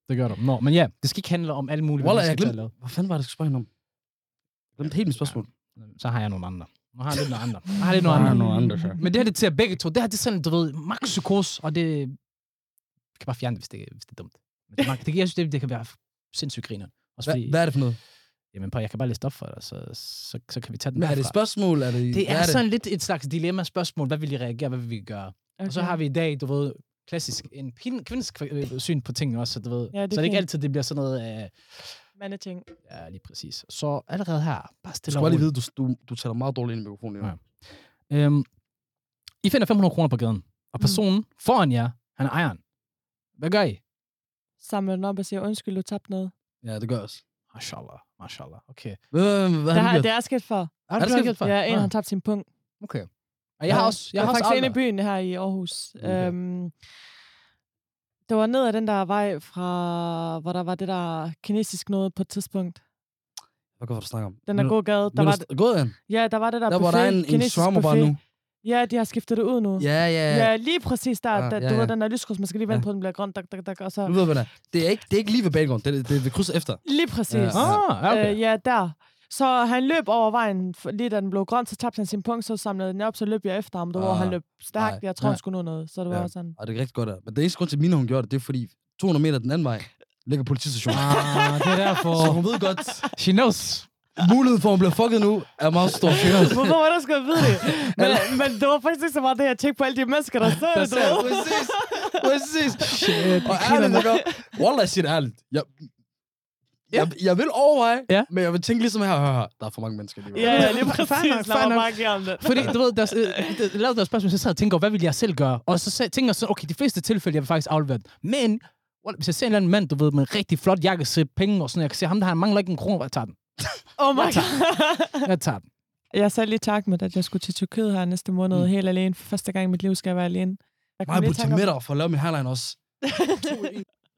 C: Det gør du. Nå, men ja, det skal ikke handle om alle mulige...
B: Wallah,
C: hvad vi
B: jeg
C: skal
B: glemte,
C: til at
B: hvad fanden var det, jeg skulle spørge hende om? Jeg glemte helt mit spørgsmål.
C: lave. Så har jeg nogle andre. Nu har jeg lidt nogle andre. Jeg har lidt
B: <laughs>
C: nogle
B: Ah,
C: andre.
B: nogle andre, så.
C: Men det her, det er til jer begge to. Det her, det er sådan, du ved, max psykos, og det... Jeg kan bare fjerne det, hvis det, hvis det er dumt. Men det, er max- det, jeg synes, det, det kan være sindssygt griner. Også
B: Hva,
C: fordi,
B: hvad er det for noget?
C: Jamen, prøv, jeg kan bare læse det op for dig, så, så, så kan vi tage den
B: Men er det et
C: derfra.
B: spørgsmål? Er det,
C: Det
B: hvad
C: er sådan lidt et slags dilemma-spørgsmål. Hvad vil I reagere? Hvad vil vi gøre? Okay. Og så har vi i dag, du ved, klassisk en pin- kvindes kv- øh, syn på tingene også, så du ved.
A: Ja, det er
C: så det er ikke
A: fint.
C: altid, det bliver sådan noget, øh,
A: Managing.
C: ja, lige præcis. Så allerede her, bare
B: Du
C: stille
B: skal
C: og
B: bare lige
C: roligt.
B: vide, du, du, du taler meget dårligt ind i mikrofonen. Ja.
C: Ja. Øhm, I finder 500 kroner på gaden, og
A: Mm.
C: personen mm. foran jer, han er ejeren. Hvad gør I?
A: Samler den op og siger, undskyld, du tabte noget.
B: ja, det gør jeg også.
C: Mashallah, mashallah. Okay.
B: Hvad, hvad,
A: Det,
B: hvad har
A: har,
B: du
A: det
B: gjort?
A: er sket for.
C: Har
B: det sket for?
A: Ja, en har tabt sin punkt.
C: Okay. Ah. Og jeg har
A: Ja.
C: også, jeg
A: Jeg
C: har
A: var
C: også
A: faktisk inde i
C: aldrig-
A: byen her i Aarhus.
C: Okay.
A: Okay. Øhm, det var ned ad den der vej fra, hvor der var det der kinesisk noget på et tidspunkt.
B: Hvad går du snakker om?
A: Den der
B: Men-
A: gode gade, der
B: men
A: var,
B: du- Gå den.
A: det- ja, der var det der,
B: Der var
A: buffet,
B: der en, en
A: kinesisk
B: shawarma bare nu.
A: buffet. Ja, de har skiftet det ud nu.
B: Ja, ja, ja.
A: Ja, lige præcis der.
B: Ja,
A: Ja, da,
B: ja,
A: du
B: ja.
A: ved, den der lyskryds, man skal lige vente
B: Ja.
A: ja. på, den bliver grøn, dak, dak, dak, og
B: Nu
A: så...
B: ved jeg, hvad det er. Det er ikke, det er ikke lige ved baggården. Det, er- det, er ved krydset efter.
A: Lige præcis.
B: Ja.
C: Ah, ja, okay.
A: Øh, ja, der. Så han løb over vejen, for- lige da den blev grøn, så tabte han sin punkt, så samlede den op, så løb jeg efter ham, du, hvor
B: Ah,
A: han løb stærkt.
B: nej.
A: Jeg tror,
B: Ja.
A: han skulle nå noget, så det var
B: Ja.
A: ja. sådan.
B: Og det er rigtig godt der. Men det eneste grund til, at Mina hun gjorde det, det er fordi 200 meter den anden vej ligger politistationen.
C: Ah, det er derfor.
A: <laughs>
B: Så hun ved godt,
C: She knows.
B: muligheden for, at hun bliver fucket nu, er meget stor fjern.
A: <laughs> Hvorfor var der skulle jeg vide <laughs> det? Men, men det var faktisk ikke så meget det, jeg tænkte på alle de mennesker, der sad.
C: Der
A: du
C: sad.
A: ved.
B: Præcis. Præcis.
C: Shit,
B: Og ærligt, ikke? Wallah, jeg siger det ærligt. Jeg, jeg, jeg vil overveje,
C: Ja.
B: men jeg vil tænke ligesom her, hør, hør, der er for mange mennesker lige
A: Ja, ja, lige
C: Fair
A: <laughs> præcis.
C: nok, fair
A: Lad mig
C: nok.
A: bare give ham det.
C: Fordi, du ved, deres, øh, øh, lavede deres spørgsmål, så sad jeg og tænkte over, hvad ville jeg selv gøre? Og så sa- tænker jeg så, okay, de fleste tilfælde, jeg vil faktisk aflevere den. Men, well, hvis jeg ser en eller anden mand, du ved, med en rigtig flot jakkesæt, penge og sådan noget, jeg kan se ham, der har mangler ikke en krone, jeg tager den.
A: Oh my
C: tak.
A: god.
C: Jeg tager <laughs> den.
A: Jeg sagde lige tak med, at jeg skulle til Tyrkiet her næste måned,
C: Mm.
A: mm. helt alene. For første gang i mit liv skal jeg være alene. Jeg kom
B: Mig
A: lige i
B: på
A: tanke om-
B: tomater for at lave min hairline også.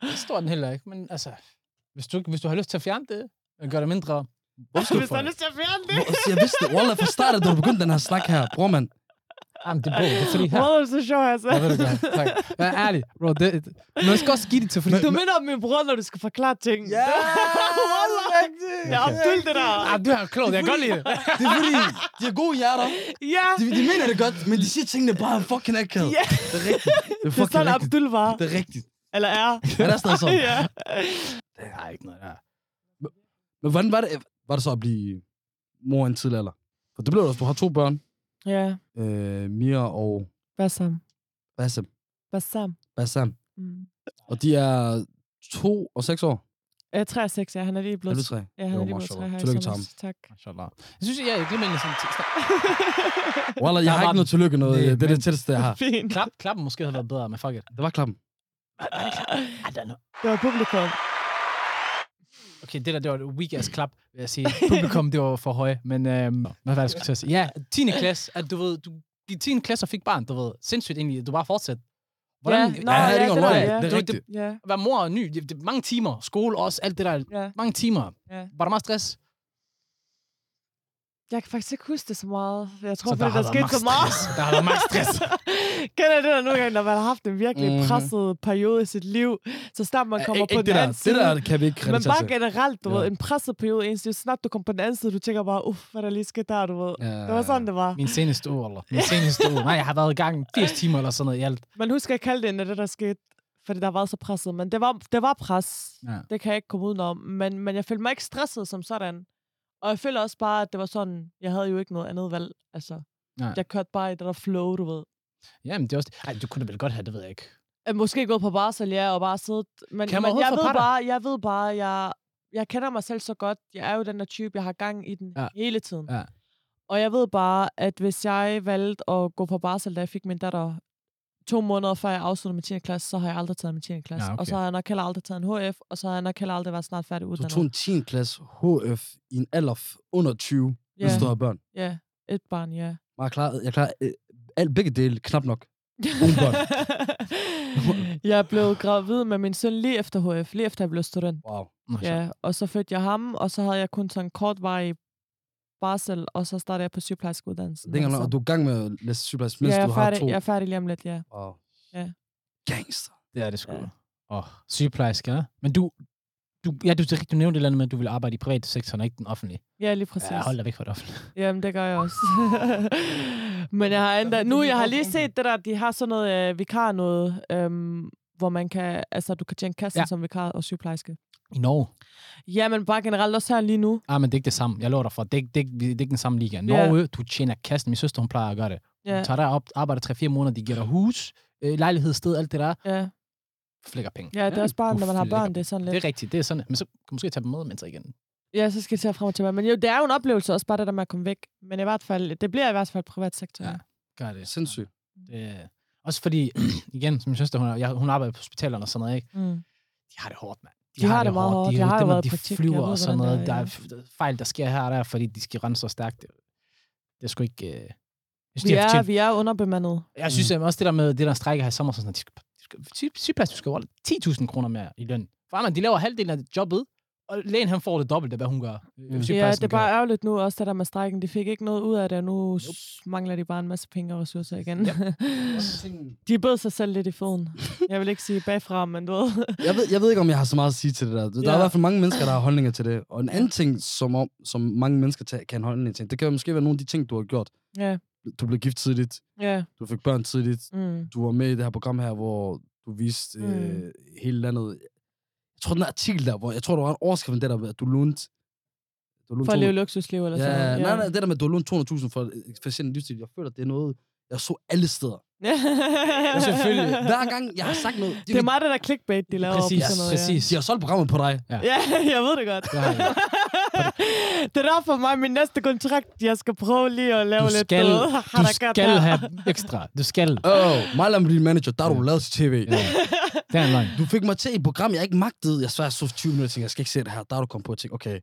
C: Det står den heller ikke, men altså, hvis du, hvis du har lyst til at fjerne det, og gøre det mindre,
B: Hvorfor
A: Hvis der er
B: det?
A: lyst til at fjerne det.
B: Hvor- altså, Jeg vidste det. Wallah, fra starten, da du begyndte den her snak her, bror mand.
C: jamen, det er bro, det er fordi her.
A: Hvor er du så sjov, altså.
C: Jeg ved det godt, tak. Vær ærlig, bro. Det, det- men jeg skal også give det til, fordi
A: Du minder om min bror, når du skal forklare ting.
B: det er rigtigt.
A: Jeg Abdul det der.
C: Ah, du er klog, jeg kan godt lide det.
B: Det er fordi, de har gode hjerter.
A: Ja,
B: De, de mener det godt, men de siger tingene bare fucking akavet.
A: Ja.
B: Det er rigtigt. Det er
A: det er
B: fucking
A: sådan,
B: rigtigt.
A: Abdul var.
B: Det er rigtigt.
A: Eller er.
B: Ja, det er
C: <laughs>
B: sådan sådan.
A: <laughs> Ja.
C: Det er ikke noget, der.
B: Men hvordan var det, var det så at blive mor i en tidlig alder? For det blev det også. Du har to børn.
A: Ja,
B: Øh, Mia og
A: Bassam.
B: Bassam.
A: Bassam.
B: Bassam.
A: Mm.
B: Og de er to og seks år.
A: Øh, 3 og 6, ja. Han er lige
B: Er
A: blevet
B: du tre?
A: Ja, han
B: Jo,
A: er lige blevet
B: mashallah.
A: tre her i
B: Tillykke til
A: sommer. Tak.
C: Mashallah. Jeg synes, jeg er ikke lige sådan...
B: Wallah, jeg har
C: var
B: ikke
C: den.
B: noget tillykke noget.
C: Nej,
B: Det er
C: men-
B: det tætteste,
C: <laughs>
B: jeg har.
A: Fint.
C: Klap, klappen måske havde været bedre, men fuck it.
B: Det var klappen.
C: I don't know.
A: Det var publikum.
C: Okay, det der, det var et weak ass klap, vil jeg sige. Publikum, det var for høje, men øhm, hvad var det, jeg skulle til at sige? Ja, 10. klasse, at du ved, du, de 10. klasser fik barn, du ved. Sindssygt egentlig, du bare fortsat. Hvordan,
A: Ja,
B: Ja,
A: Nå,
B: det er
A: ja,
B: ikke
A: det
B: overhovedet.
A: der, ja.
B: Det er
C: Du-
B: rigtigt.
A: Ja,
C: at være mor og ny, det, det, er mange timer, skole også, alt det der,
A: ja.
C: mange timer.
A: Ja.
C: Var der meget stress?
A: Jeg kan faktisk ikke huske det så meget. Jeg tror,
C: Så
A: fordi der, der
C: været
A: skete
C: max
A: så meget.
C: stress. Der har været meget stress.
A: <laughs> Kender I det der nogle gange, når man har haft en virkelig
B: Mhm.
A: presset periode i sit liv, så snart man kommer
B: Ikke-
A: på
B: ikke
A: den
B: det der,
A: anden
B: det
A: side.
B: der kan vi ikke
A: men
B: kreditere
A: bare
B: til.
A: generelt, du
B: Ja.
A: ved, en presset periode i ens liv, så snart du kommer på den anden side, du tænker bare, uff, hvad der lige skete der, du ved.
B: Ja.
A: Det var sådan, det var.
C: Min seneste uge, eller? Min seneste uge. Nej, jeg har været i gang 80 timer eller sådan noget i alt.
A: Man husker ikke alt det, når det der skete, fordi der har været så presset. Men det var, det var pres.
C: Ja.
A: Det kan jeg ikke komme udenom. Men, men jeg følte mig ikke stresset som sådan. Og jeg føler også bare, at det var sådan, jeg havde jo ikke noget andet valg. Altså,
C: Nej.
A: jeg kørte bare i det der flow, du ved.
C: Jamen, det er også... Ej, du kunne da vel godt have, det ved jeg ikke.
A: Øh, Måske gået på barsel, ja, og bare siddet. Men,
C: Kan man
A: men jeg,
C: overhovedet få
A: ved
C: parter?
A: bare, jeg ved bare, jeg, jeg kender mig selv så godt. Jeg er jo den der type, jeg har gang i den
C: Ja.
A: ja. hele tiden.
C: Ja.
A: Og jeg ved bare, at hvis jeg valgte at gå på barsel, da jeg fik min datter to måneder før jeg afsluttede min 10. klasse, så har jeg aldrig taget min 10. klasse.
C: Ja,
A: Ja,
C: okay.
A: okay. Og så har jeg nok heller aldrig taget en HF, og så har jeg nok heller aldrig været snart færdig
B: Du tog
A: uddannet.
B: en 10. klasse HF i en alder f- under 20, hvis
A: Ja,
B: du har børn.
A: ja, et barn, ja.
B: Og Jeg klarer, jeg klarer øh, alt, begge dele knap nok. Umiddelbart.
A: <laughs>
C: <laughs>
A: jeg blev gravid med min søn lige efter HF, lige efter jeg blev student.
B: Wow.
C: Nå, ja.
A: Ja, og så fødte jeg ham, og så havde jeg kun sådan kort vej i barsel, og så startede jeg på sygeplejerskeuddannelsen.
B: Det er ikke engang,
A: Så-
B: og du er i gang med at læse sygeplejerske, mens
A: ja, jeg
B: du
A: er
B: har
A: færdig,
B: to.
A: jeg er færdig lige om lidt, ja.
B: Wow.
A: Ja.
B: Gangster.
C: Det er det sgu.
A: Ja.
C: Åh, oh, sygeplejerske, ja. Men du, du, ja, du, du nævnte et eller andet med, at du ville arbejde i privatsektoren og ikke den offentlige.
A: Ja, lige præcis.
C: Ja, hold dig væk fra det offentlige.
A: Jamen, det gør jeg også. <laughs> Men jeg har endda... Nu, jeg har lige set det der, de har sådan noget øh, vikar noget, øhm, hvor man kan, altså, du kan tjene kassen
C: Ja.
A: ja. som vikar og sygeplejerske.
C: I Norge?
A: Ja, men bare generelt også her lige nu.
C: Ah, men det er ikke det samme. Jeg lover dig for, det er, ikke- det er, ikke- det er ikke den samme liga. Norge, du tjener kassen. Min søster, hun plejer at gøre det. Ja.
A: Ja,
C: Du tager dig op, arbejder 3-4 måneder, de giver dig hus, øh, lejlighed, sted, alt det der.
A: ja.
C: Flækker penge.
A: ja det er også bare,
C: du
A: når man har
C: flækker
A: børn, det er sådan
C: Det
A: lidt.
C: er rigtigt, det er sådan. Men så kan du måske tage dem med, mens igen.
A: Ja, så skal jeg til at frem og tilbage. Men jo, det er jo en oplevelse også bare det der med at komme væk. Men i hvert fald, det bliver i hvert fald privat sektor.
C: Ja.
A: Ja.
C: Gør det.
B: Sindssygt.
C: det. Også fordi, <clears throat> igen, som min søster, hun, er- jeg, hun arbejder på hospitaler og sådan noget, ikke?
A: Mm.
C: De har det hårdt, mand.
A: De har det meget hårdt.
C: De,
A: Jeg har
C: dem,
A: jo været
C: de
A: i praktik,
C: flyver
A: jeg ved,
C: og sådan
A: hvordan
C: noget.
A: det
C: Der
A: er,
C: er f- fejl, der sker her og der, fordi de skal rense så stærkt. Det, det er sgu ikke... Øh, jeg synes,
A: Vi,
C: de har
A: er,
C: fortjent-
A: vi er underbemandet.
C: Jeg synes mm. også, det der med det der strække her i sommer, sådan, at de skal, de skal, sy- sygeplejersker skal jo holde 10.000 kroner mere i løn. For man, de laver halvdelen af jobbet, og lægen han får det dobbelte, hvad hun gør. Mm.
A: Ja, det er <laughs> bare ærgerligt nu også, det der med strækken. De fik ikke noget ud af det, og nu s- mangler de bare en masse penge og ressourcer igen. <laughs> De bød sig selv lidt i foden. Jeg vil ikke sige bagfra, men du ved. <laughs>
B: Jeg ved, jeg ved ikke, om jeg har så meget at sige til det der. Der er
A: Ja.
B: i hvert fald mange mennesker, der har holdninger til det. Og en anden ting, som, om, som mange mennesker ta- kan holde holdning til, det kan jo måske være nogle af de ting, du har gjort.
A: Ja.
B: Du blev gift tidligt,
A: Ja.
B: du fik børn tidligt,
A: Mm.
B: du var med i det her program her, hvor du viste øh,
A: Mm.
B: hele landet. Jeg tror, den der artikel der, hvor jeg tror, der var en overskrift om det der, med, at du lånte... Du lånte
A: For at leve altså,
B: 200
A: luksusliv eller sådan
B: Ja,
A: noget.
B: nej, nej, det der med, at du har lånt 200.000 for et fascinerende livsstil, jeg føler, det er noget, jeg så alle steder.
A: Ja,
B: Selvfølgelig.
A: <laughs>
B: Hver gang, jeg har sagt noget, de,
A: Det er meget det der clickbait, de laver
C: Præcis,
A: på sådan noget.
C: præcis.
B: de har solgt programmet på dig.
A: Ja. <laughs> ja, jeg ved det godt.
C: Det har jeg.
A: det er derfor mig, min næste kontrakt, jeg skal prøve lige at lave
C: Du
A: lidt
C: skal,
A: døde.
C: du skal have ekstra. Du skal.
B: Åh, oh, mig og din manager, der har du lavet til tv.
C: Ja. Det er en løgn.
B: Du fik mig til i et program, jeg ikke magtede. Jeg svær, jeg så 20 minutter, og tænkte, jeg skal ikke se det her. Der er du kommet på, og tænkte, okay.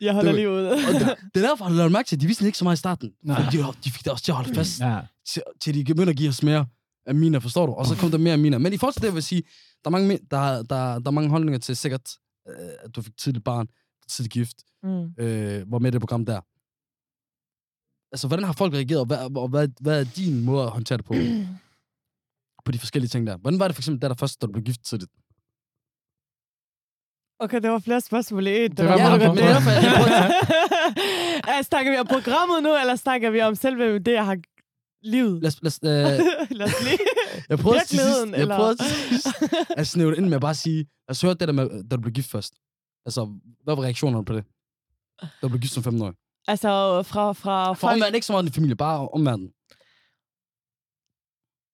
A: Jeg holder
B: Du-
A: lige
C: <laughs>
A: ud.
B: Og det, det er derfor, jeg lavede mærke til, at de vidste ikke så meget i starten.
C: Nej.
B: Men de, de fik det også til at holde fast,
C: Ja.
B: til, til de begyndte at give os mere aminer, forstår du? Og så kom der mere aminer. Men i forhold til det, jeg vil sige, der er mange, men- der, der, der er mange holdninger til sikkert, øh, at du fik tidligt barn, tidligt gift,
A: Mm.
B: øh, var med i det program der. Altså, hvordan har folk reageret, og hvad, og hvad, hvad er din måde at håndtere det
A: <clears throat>
B: på? på de forskellige ting der. Hvordan var det for eksempel, da der først, da du blev gift til det?
A: Okay, det var flere spørgsmål i et.
C: Det var
A: ved
C: meget
A: du godt,
C: godt.
A: det er.
C: Det var
A: Altså, snakker vi om programmet nu, eller snakker vi om selve det, jeg har livet?
B: <laughs> Lad os, lad os, øh,
A: Lad os lige.
B: jeg prøvede til sidst,
A: Virkeligheden,
B: jeg
A: eller?
B: prøvede til sidst at snæve det ind med at bare sige, lad os høre det der med, øh, da du blev gift først. Altså, hvad var reaktionerne på det? Da du blev gift som 15 år.
A: Altså, fra, fra
B: For
A: folk...
B: omverden, ikke så meget din familie, bare omverden.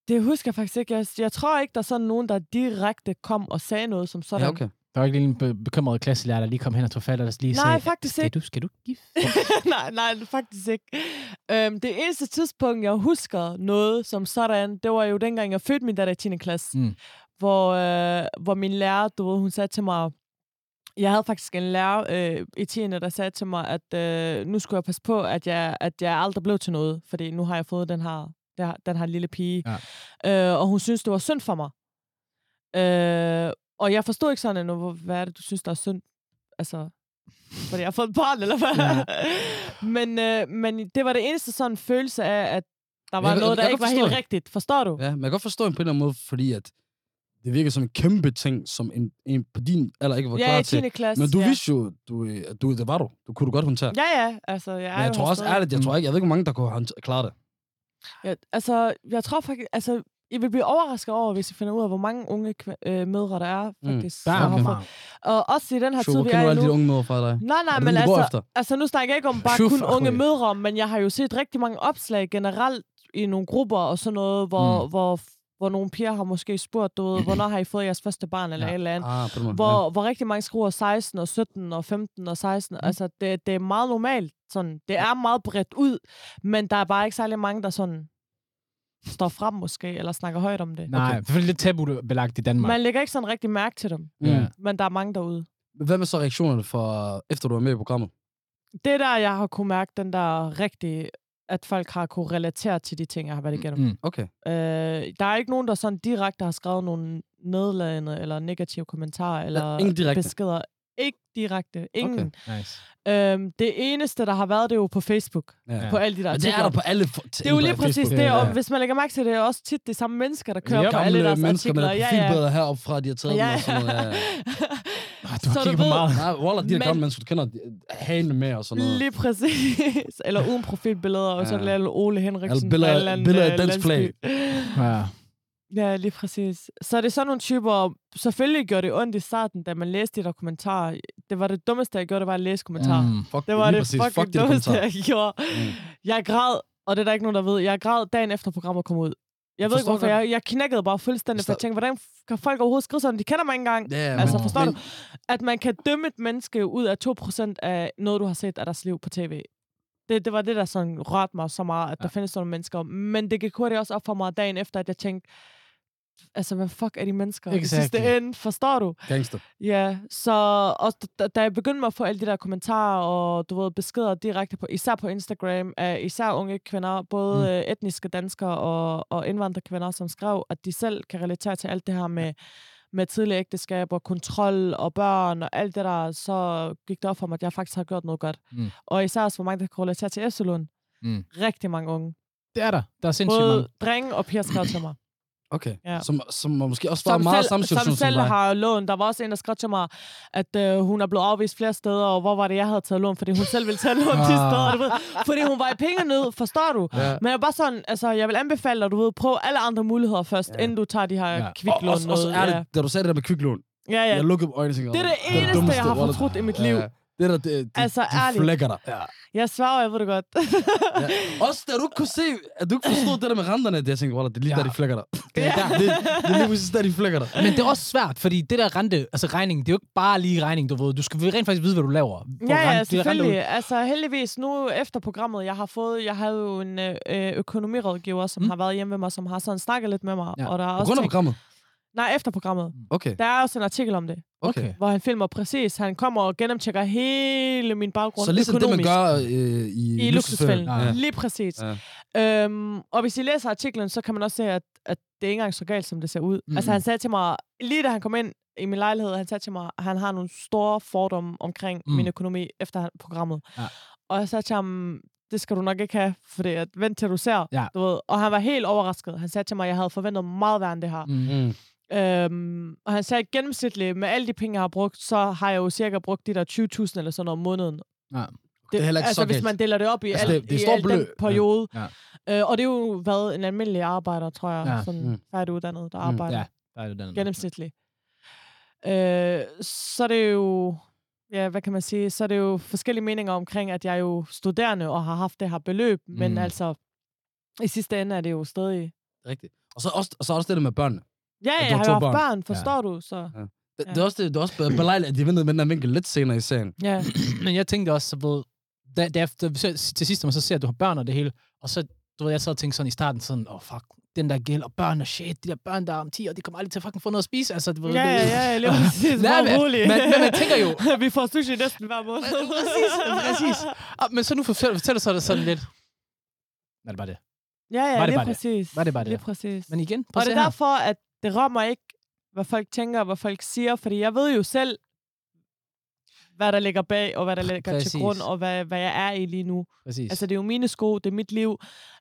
A: Det husker jeg faktisk ikke. Jeg, jeg tror ikke, der er sådan nogen, der direkte kom og sagde noget som sådan.
B: Ja, okay.
C: Der var ikke lige en be- bekymret klasselærer, der lige kom hen og tog fat og lige
A: Nej,
C: sagde,
A: faktisk
C: skal
A: ikke.
C: du, skal du gifte?
A: <laughs> nej, nej, det er faktisk ikke. Øhm, det eneste tidspunkt, jeg husker noget som sådan, det var jo dengang, jeg fødte min datter i 10. klasse,
C: Mm.
A: hvor, øh, hvor min lærer, du ved, hun sagde til mig, jeg havde faktisk en lærer øh, i 10. der sagde til mig, at øh, nu skulle jeg passe på, at jeg, at jeg aldrig blev til noget, fordi nu har jeg fået den her, den her, den her lille pige. Ja. Øh, og hun synes det var synd for mig. Øh, og jeg forstod ikke sådan, endnu, hvor- hvad er det, du synes, der er synd? Altså, fordi jeg har fået et barn, eller hvad?
C: Ja.
A: Ja. <laughs> men, øh, men det var det eneste sådan følelse af, at der var
B: Jeg kan-
A: noget,
B: jeg
A: der
B: kan
A: ikke var
B: godt
A: helt
B: forstå det.
A: rigtigt. Forstår du?
B: Ja, men jeg kan godt forstå en på en eller anden måde, fordi at det virker som en kæmpe ting, som en, en på din alder ikke var
A: Ja,
B: klar
A: i
B: til.
A: 10. klasse.
B: Men du
A: ja.
B: vidste jo, du, øh, at du, det var du. Du kunne du godt håndtere.
A: Ja, ja. Altså, jeg, er
B: men jeg
A: jo
B: tror
A: her
B: også
A: stadig.
B: ærligt, jeg tror ikke, jeg ved ikke, hvor mange, der kunne håndtere, klare det.
A: Ja, altså, jeg tror faktisk... Altså, I vil blive overrasket over, hvis I finder ud af, hvor mange unge kva- øh, mødre der er,
B: Mm.
A: faktisk.
C: Der
A: der
C: er
A: har fået-
C: mange.
A: Og også i den her
B: Shu,
A: tid,
B: hvor
A: vi
B: kender du
A: er i
B: alle
A: nu.
B: dine unge mødre fra dig?
A: Nej, nej,
B: Er det
A: men
B: dem, du går
A: altså,
B: efter?
A: altså, nu snakker jeg ikke om bare
B: Sure,
A: kun
B: fuck,
A: unge
B: okay.
A: mødre, men jeg har jo set rigtig mange opslag generelt i nogle grupper og sådan noget, hvor, mm. hvor, hvor nogle piger har måske spurgt, du ved, hvornår har I fået jeres første barn eller
C: Ja.
A: ja. et eller andet.
B: Ah, på den måde.
A: Hvor, hvor rigtig mange skruer 16 og 17 og 15 og 16. Mm. Altså, det, det er meget normalt. Sådan. Det er meget bredt ud, men der er bare ikke særlig mange, der sådan står frem måske, eller snakker højt om det.
C: Nej, det er lidt tabubelagt i Danmark.
A: Man lægger ikke sådan rigtig mærke til dem,
B: Ja.
C: Ja.
B: Mm.
A: men der er mange derude.
B: Hvad med så reaktionerne for, efter du var med i programmet?
A: det er der, jeg har kunne mærke den der rigtige at folk har kunne relatere til de ting, jeg har været igennem.
C: Mm.
B: Okay.
A: Øh, der er ikke nogen, der sådan direkte har skrevet nogle nedladende eller negative kommentarer eller
B: Ja, ingen direkte.
A: beskeder. Ikke direkte. Ingen.
C: Nice.
A: Okay. Øhm, det eneste, der har været, det er jo på Facebook.
B: Ja.
A: Ja. På alle de der
B: Men det er
A: artikler.
B: der på alle... For-
A: Det er jo lige
B: på-
A: præcis
C: Facebook.
A: det,
C: Ja,
A: og
C: ja.
A: hvis man lægger mærke til det, er også tit de samme mennesker, der kører
C: Yep.
A: på alle
B: Gamle
A: deres
B: mennesker med
A: artikler.
B: profilbilleder heroppefra, de har taget
A: Ja,
B: dem og sådan noget.
A: <laughs>
B: Ja.
C: Ah, du har
A: Så du
C: kigget for
A: ved- <laughs>
C: meget.
B: Nej, Waller, de der
A: Men-
B: gamle mennesker, du kender de- hanen med og sådan noget.
A: Lige præcis. Eller uden profilbilleder, og så
B: Ja.
A: lille Ole Henriksen.
B: Eller
A: fra
B: billeder-
A: en eller anden,
B: billeder af
A: øh,
B: dansk flag.
A: landsby.
C: Ja.
A: Ja, lige præcis. Så er det sådan nogle typer, selvfølgelig gjorde det ondt i starten, da man læste de der kommentarer. Det var det dummeste, jeg gjorde, det var at læse kommentarer. Mm.
C: Mm.
B: Fuck,
A: Det var
B: lige
A: det
B: præcis.
A: fucking
B: Fuck de der
A: dummeste,
B: kommentarer.
A: jeg gjorde.
B: Mm.
A: Jeg græd, og det er der ikke nogen, der ved. Jeg græd dagen efter programmet kom ud. Jeg ved ikke,
B: forstår
A: hvorfor.
B: godt.
A: Jeg, jeg knækkede bare fuldstændig, for jeg
B: Forstår-
A: tænkte, hvordan f- kan folk overhovedet skrive sådan? De kender mig ikke engang.
B: Ja, ja,
A: Altså,
B: men-
A: forstår
B: men-
A: du? At man kan dømme et menneske ud af 2% af noget, du har set af deres liv på tv. Det, det var det, der sådan rørte mig så meget, at ja. der findes sådan nogle mennesker. Men det gik hurtigt også op for mig dagen efter, at jeg tænkte, altså, hvad fuck er de mennesker? I
C: Exactly.
A: sidste ende, forstår du?
B: Gangster.
A: Ja, så også, da, da jeg begyndte med at få alle de der kommentarer og du ved, beskeder direkte på, især på Instagram, af især unge kvinder, både
C: Mm.
A: mm. øh, etniske danskere og, og indvandrerkvinder, som skrev, at de selv kan relatere til alt det her med, med tidlige ægteskab og kontrol og børn og alt det der, så gik det op for mig, at jeg faktisk har gjort noget godt.
C: Mm.
A: Og især også, hvor mange der kan relatere til Epsilon.
C: Mm.
A: Rigtig mange unge.
C: Det er der. Der er sindssygt mange.
A: Både drenge og piger skrev til mig.
B: Okay.
A: Ja.
B: Som, som måske også var meget samme
A: som
B: situation som
A: selv
B: dig.
A: har lånt. Der var også en, der skrev til mig, at øh, hun er blevet afvist flere steder, og hvor var det, jeg havde taget lån, fordi hun selv ville tage lån de
C: Ah.
A: steder, du ved. Fordi hun var i pengenød, forstår du?
B: Ja.
A: Men jeg er bare sådan, altså, jeg vil anbefale dig, du ved, prøv alle andre muligheder først,
B: Ja.
A: ja. inden du tager de her
C: Ja.
A: ja.
B: Og,
A: kviklån.
B: og, og så er det,
A: ja.
B: da du sagde det der med kviklån,
A: Ja, ja.
B: jeg lukkede øjnene og tænkte,
A: Det er det
B: "Åh,
A: eneste,
B: dummeste,
A: jeg har
B: Waller."
A: fortrudt i mit liv.
B: Ja, Det er der, det, det,
A: Altså,
B: de
A: ærligt.
B: flækker dig. Ja.
A: Jeg svarer, jeg ved det godt.
B: Ja. Også da du ikke kunne se, at du ikke
A: <laughs>
B: forstod det der med renterne, det jeg tænkte, Waller, det er lige
C: Ja.
B: der, de flækker dig.
C: Det er der.
B: Det, det er lige præcis der, de flækker dig.
C: Men det er også svært, fordi det der rente, altså regningen, det er jo ikke bare lige regning, du ved. Du skal rent faktisk vide, hvad du laver. Hvor
A: Ja, ja,
C: rent- det der renter ud-
A: selvfølgelig. Altså heldigvis, nu efter programmet, jeg har fået, jeg havde jo en øh, øh, økonomirådgiver, som
C: Mm.
A: mm. har været hjemme med mig, som har sådan snakket lidt med mig.
C: Ja.
A: Ja. Og der er
B: På
A: også
B: grund af
A: ting...
B: programmet. Mm.
A: Nej, efter programmet.
B: Okay,
A: Der er også en artikel om det,
B: okay.
C: Okay.
A: hvor han filmer præcis. Han kommer og gennemtjekker hele min baggrund
B: Så ligesom det, man
A: økonomisk.
B: gør øh, i,
A: i luksusfælden.
C: Ja.
A: Ja. Lige præcis.
B: Ja.
A: Ja. Øhm, og hvis I læser artiklen, så kan man også se, at, at det er ikke engang så galt, som det ser ud.
C: Mm.
A: Mm. Altså han sagde til mig, lige da han kom ind i min lejlighed, han sagde til mig, at han har nogle store fordomme omkring
C: Mm.
A: mm. min økonomi efter han- programmet.
C: Ja.
A: Og jeg sagde til ham, det skal du nok ikke have, for det er vent til du ser.
C: Ja.
A: Du ved. Og han var helt overrasket. Han sagde til mig, at jeg havde forventet meget værre end det her.
C: Mm.
B: Mm.
A: Øhm, og han sagde, at gennemsnitligt med alle de penge, jeg har brugt, så har jeg jo cirka brugt de der 20.000 eller sådan noget om måneden.
C: Ja.
B: Det er heller ikke
A: altså,
B: så
A: hvis
B: galt.
A: man deler det op i,
B: Altså,
A: altså, al,
B: det- det er
A: i
B: stor
A: al den
B: beløb.
A: periode.
C: Ja.
A: Øh, og det er jo været en almindelig arbejder, tror jeg,
C: Ja.
A: ja. sådan
B: Mm.
A: mm. færdiguddannet, der
B: Mm.
A: arbejder mm.
C: Ja,
A: ja.
C: der er det der.
A: gennemsnitligt. Øh, så er det jo, ja, hvad kan man sige, så er det jo forskellige meninger omkring, at jeg er jo studerende og har haft det her beløb, mm. men
C: Mm.
A: altså, i sidste ende er det jo stadig...
B: Rigtigt. Og så også, og så også det der med børnene.
A: Ja,
B: du
A: jeg
B: har
A: har
B: to
A: jo haft
B: børn.
A: børn, forstår ja. du, så...
B: Det, det, er også, det, det er også belejligt, at de ventede med den her vinkel lidt senere i serien.
A: Ja.
C: <clears throat> Men jeg tænkte også, så ved, da, da, efter, så- til sidst, når man så ser, at du har børn og det hele, og så, du ved, jeg sad og tænkte sådan i starten, sådan, åh, oh, fuck, den der gæld og børn og shit, de der børn, der er om 10 år, de kommer aldrig til at fucking få noget at spise, altså, du ved,
A: Ja,
C: det-
A: ja, ja, lige præcis.
C: Nej,
A: Nej,
C: men-
A: men, rolig.
C: men- men man tænker jo-
A: <laughs> Vi får sushi næsten hver måned.
C: præcis, <laughs> præcis. Og, men så nu fortæller, fortæller så det sådan lidt, er det bare det?
A: Ja, ja,
C: Var det
A: lige
C: bare det?
A: præcis.
C: Var det bare det?
A: Lige præcis.
C: Men
A: Men
C: igen, prøv
A: og
C: at
A: det
C: se
A: er
C: her.
A: derfor, at det rammer ikke, hvad folk tænker, og hvad folk siger, fordi jeg ved jo selv, hvad der ligger bag, og hvad der ligger
C: præcis.
A: til grund, og hvad, hvad jeg er i lige nu.
C: Præcis.
A: Altså, det er jo mine sko, det er mit liv,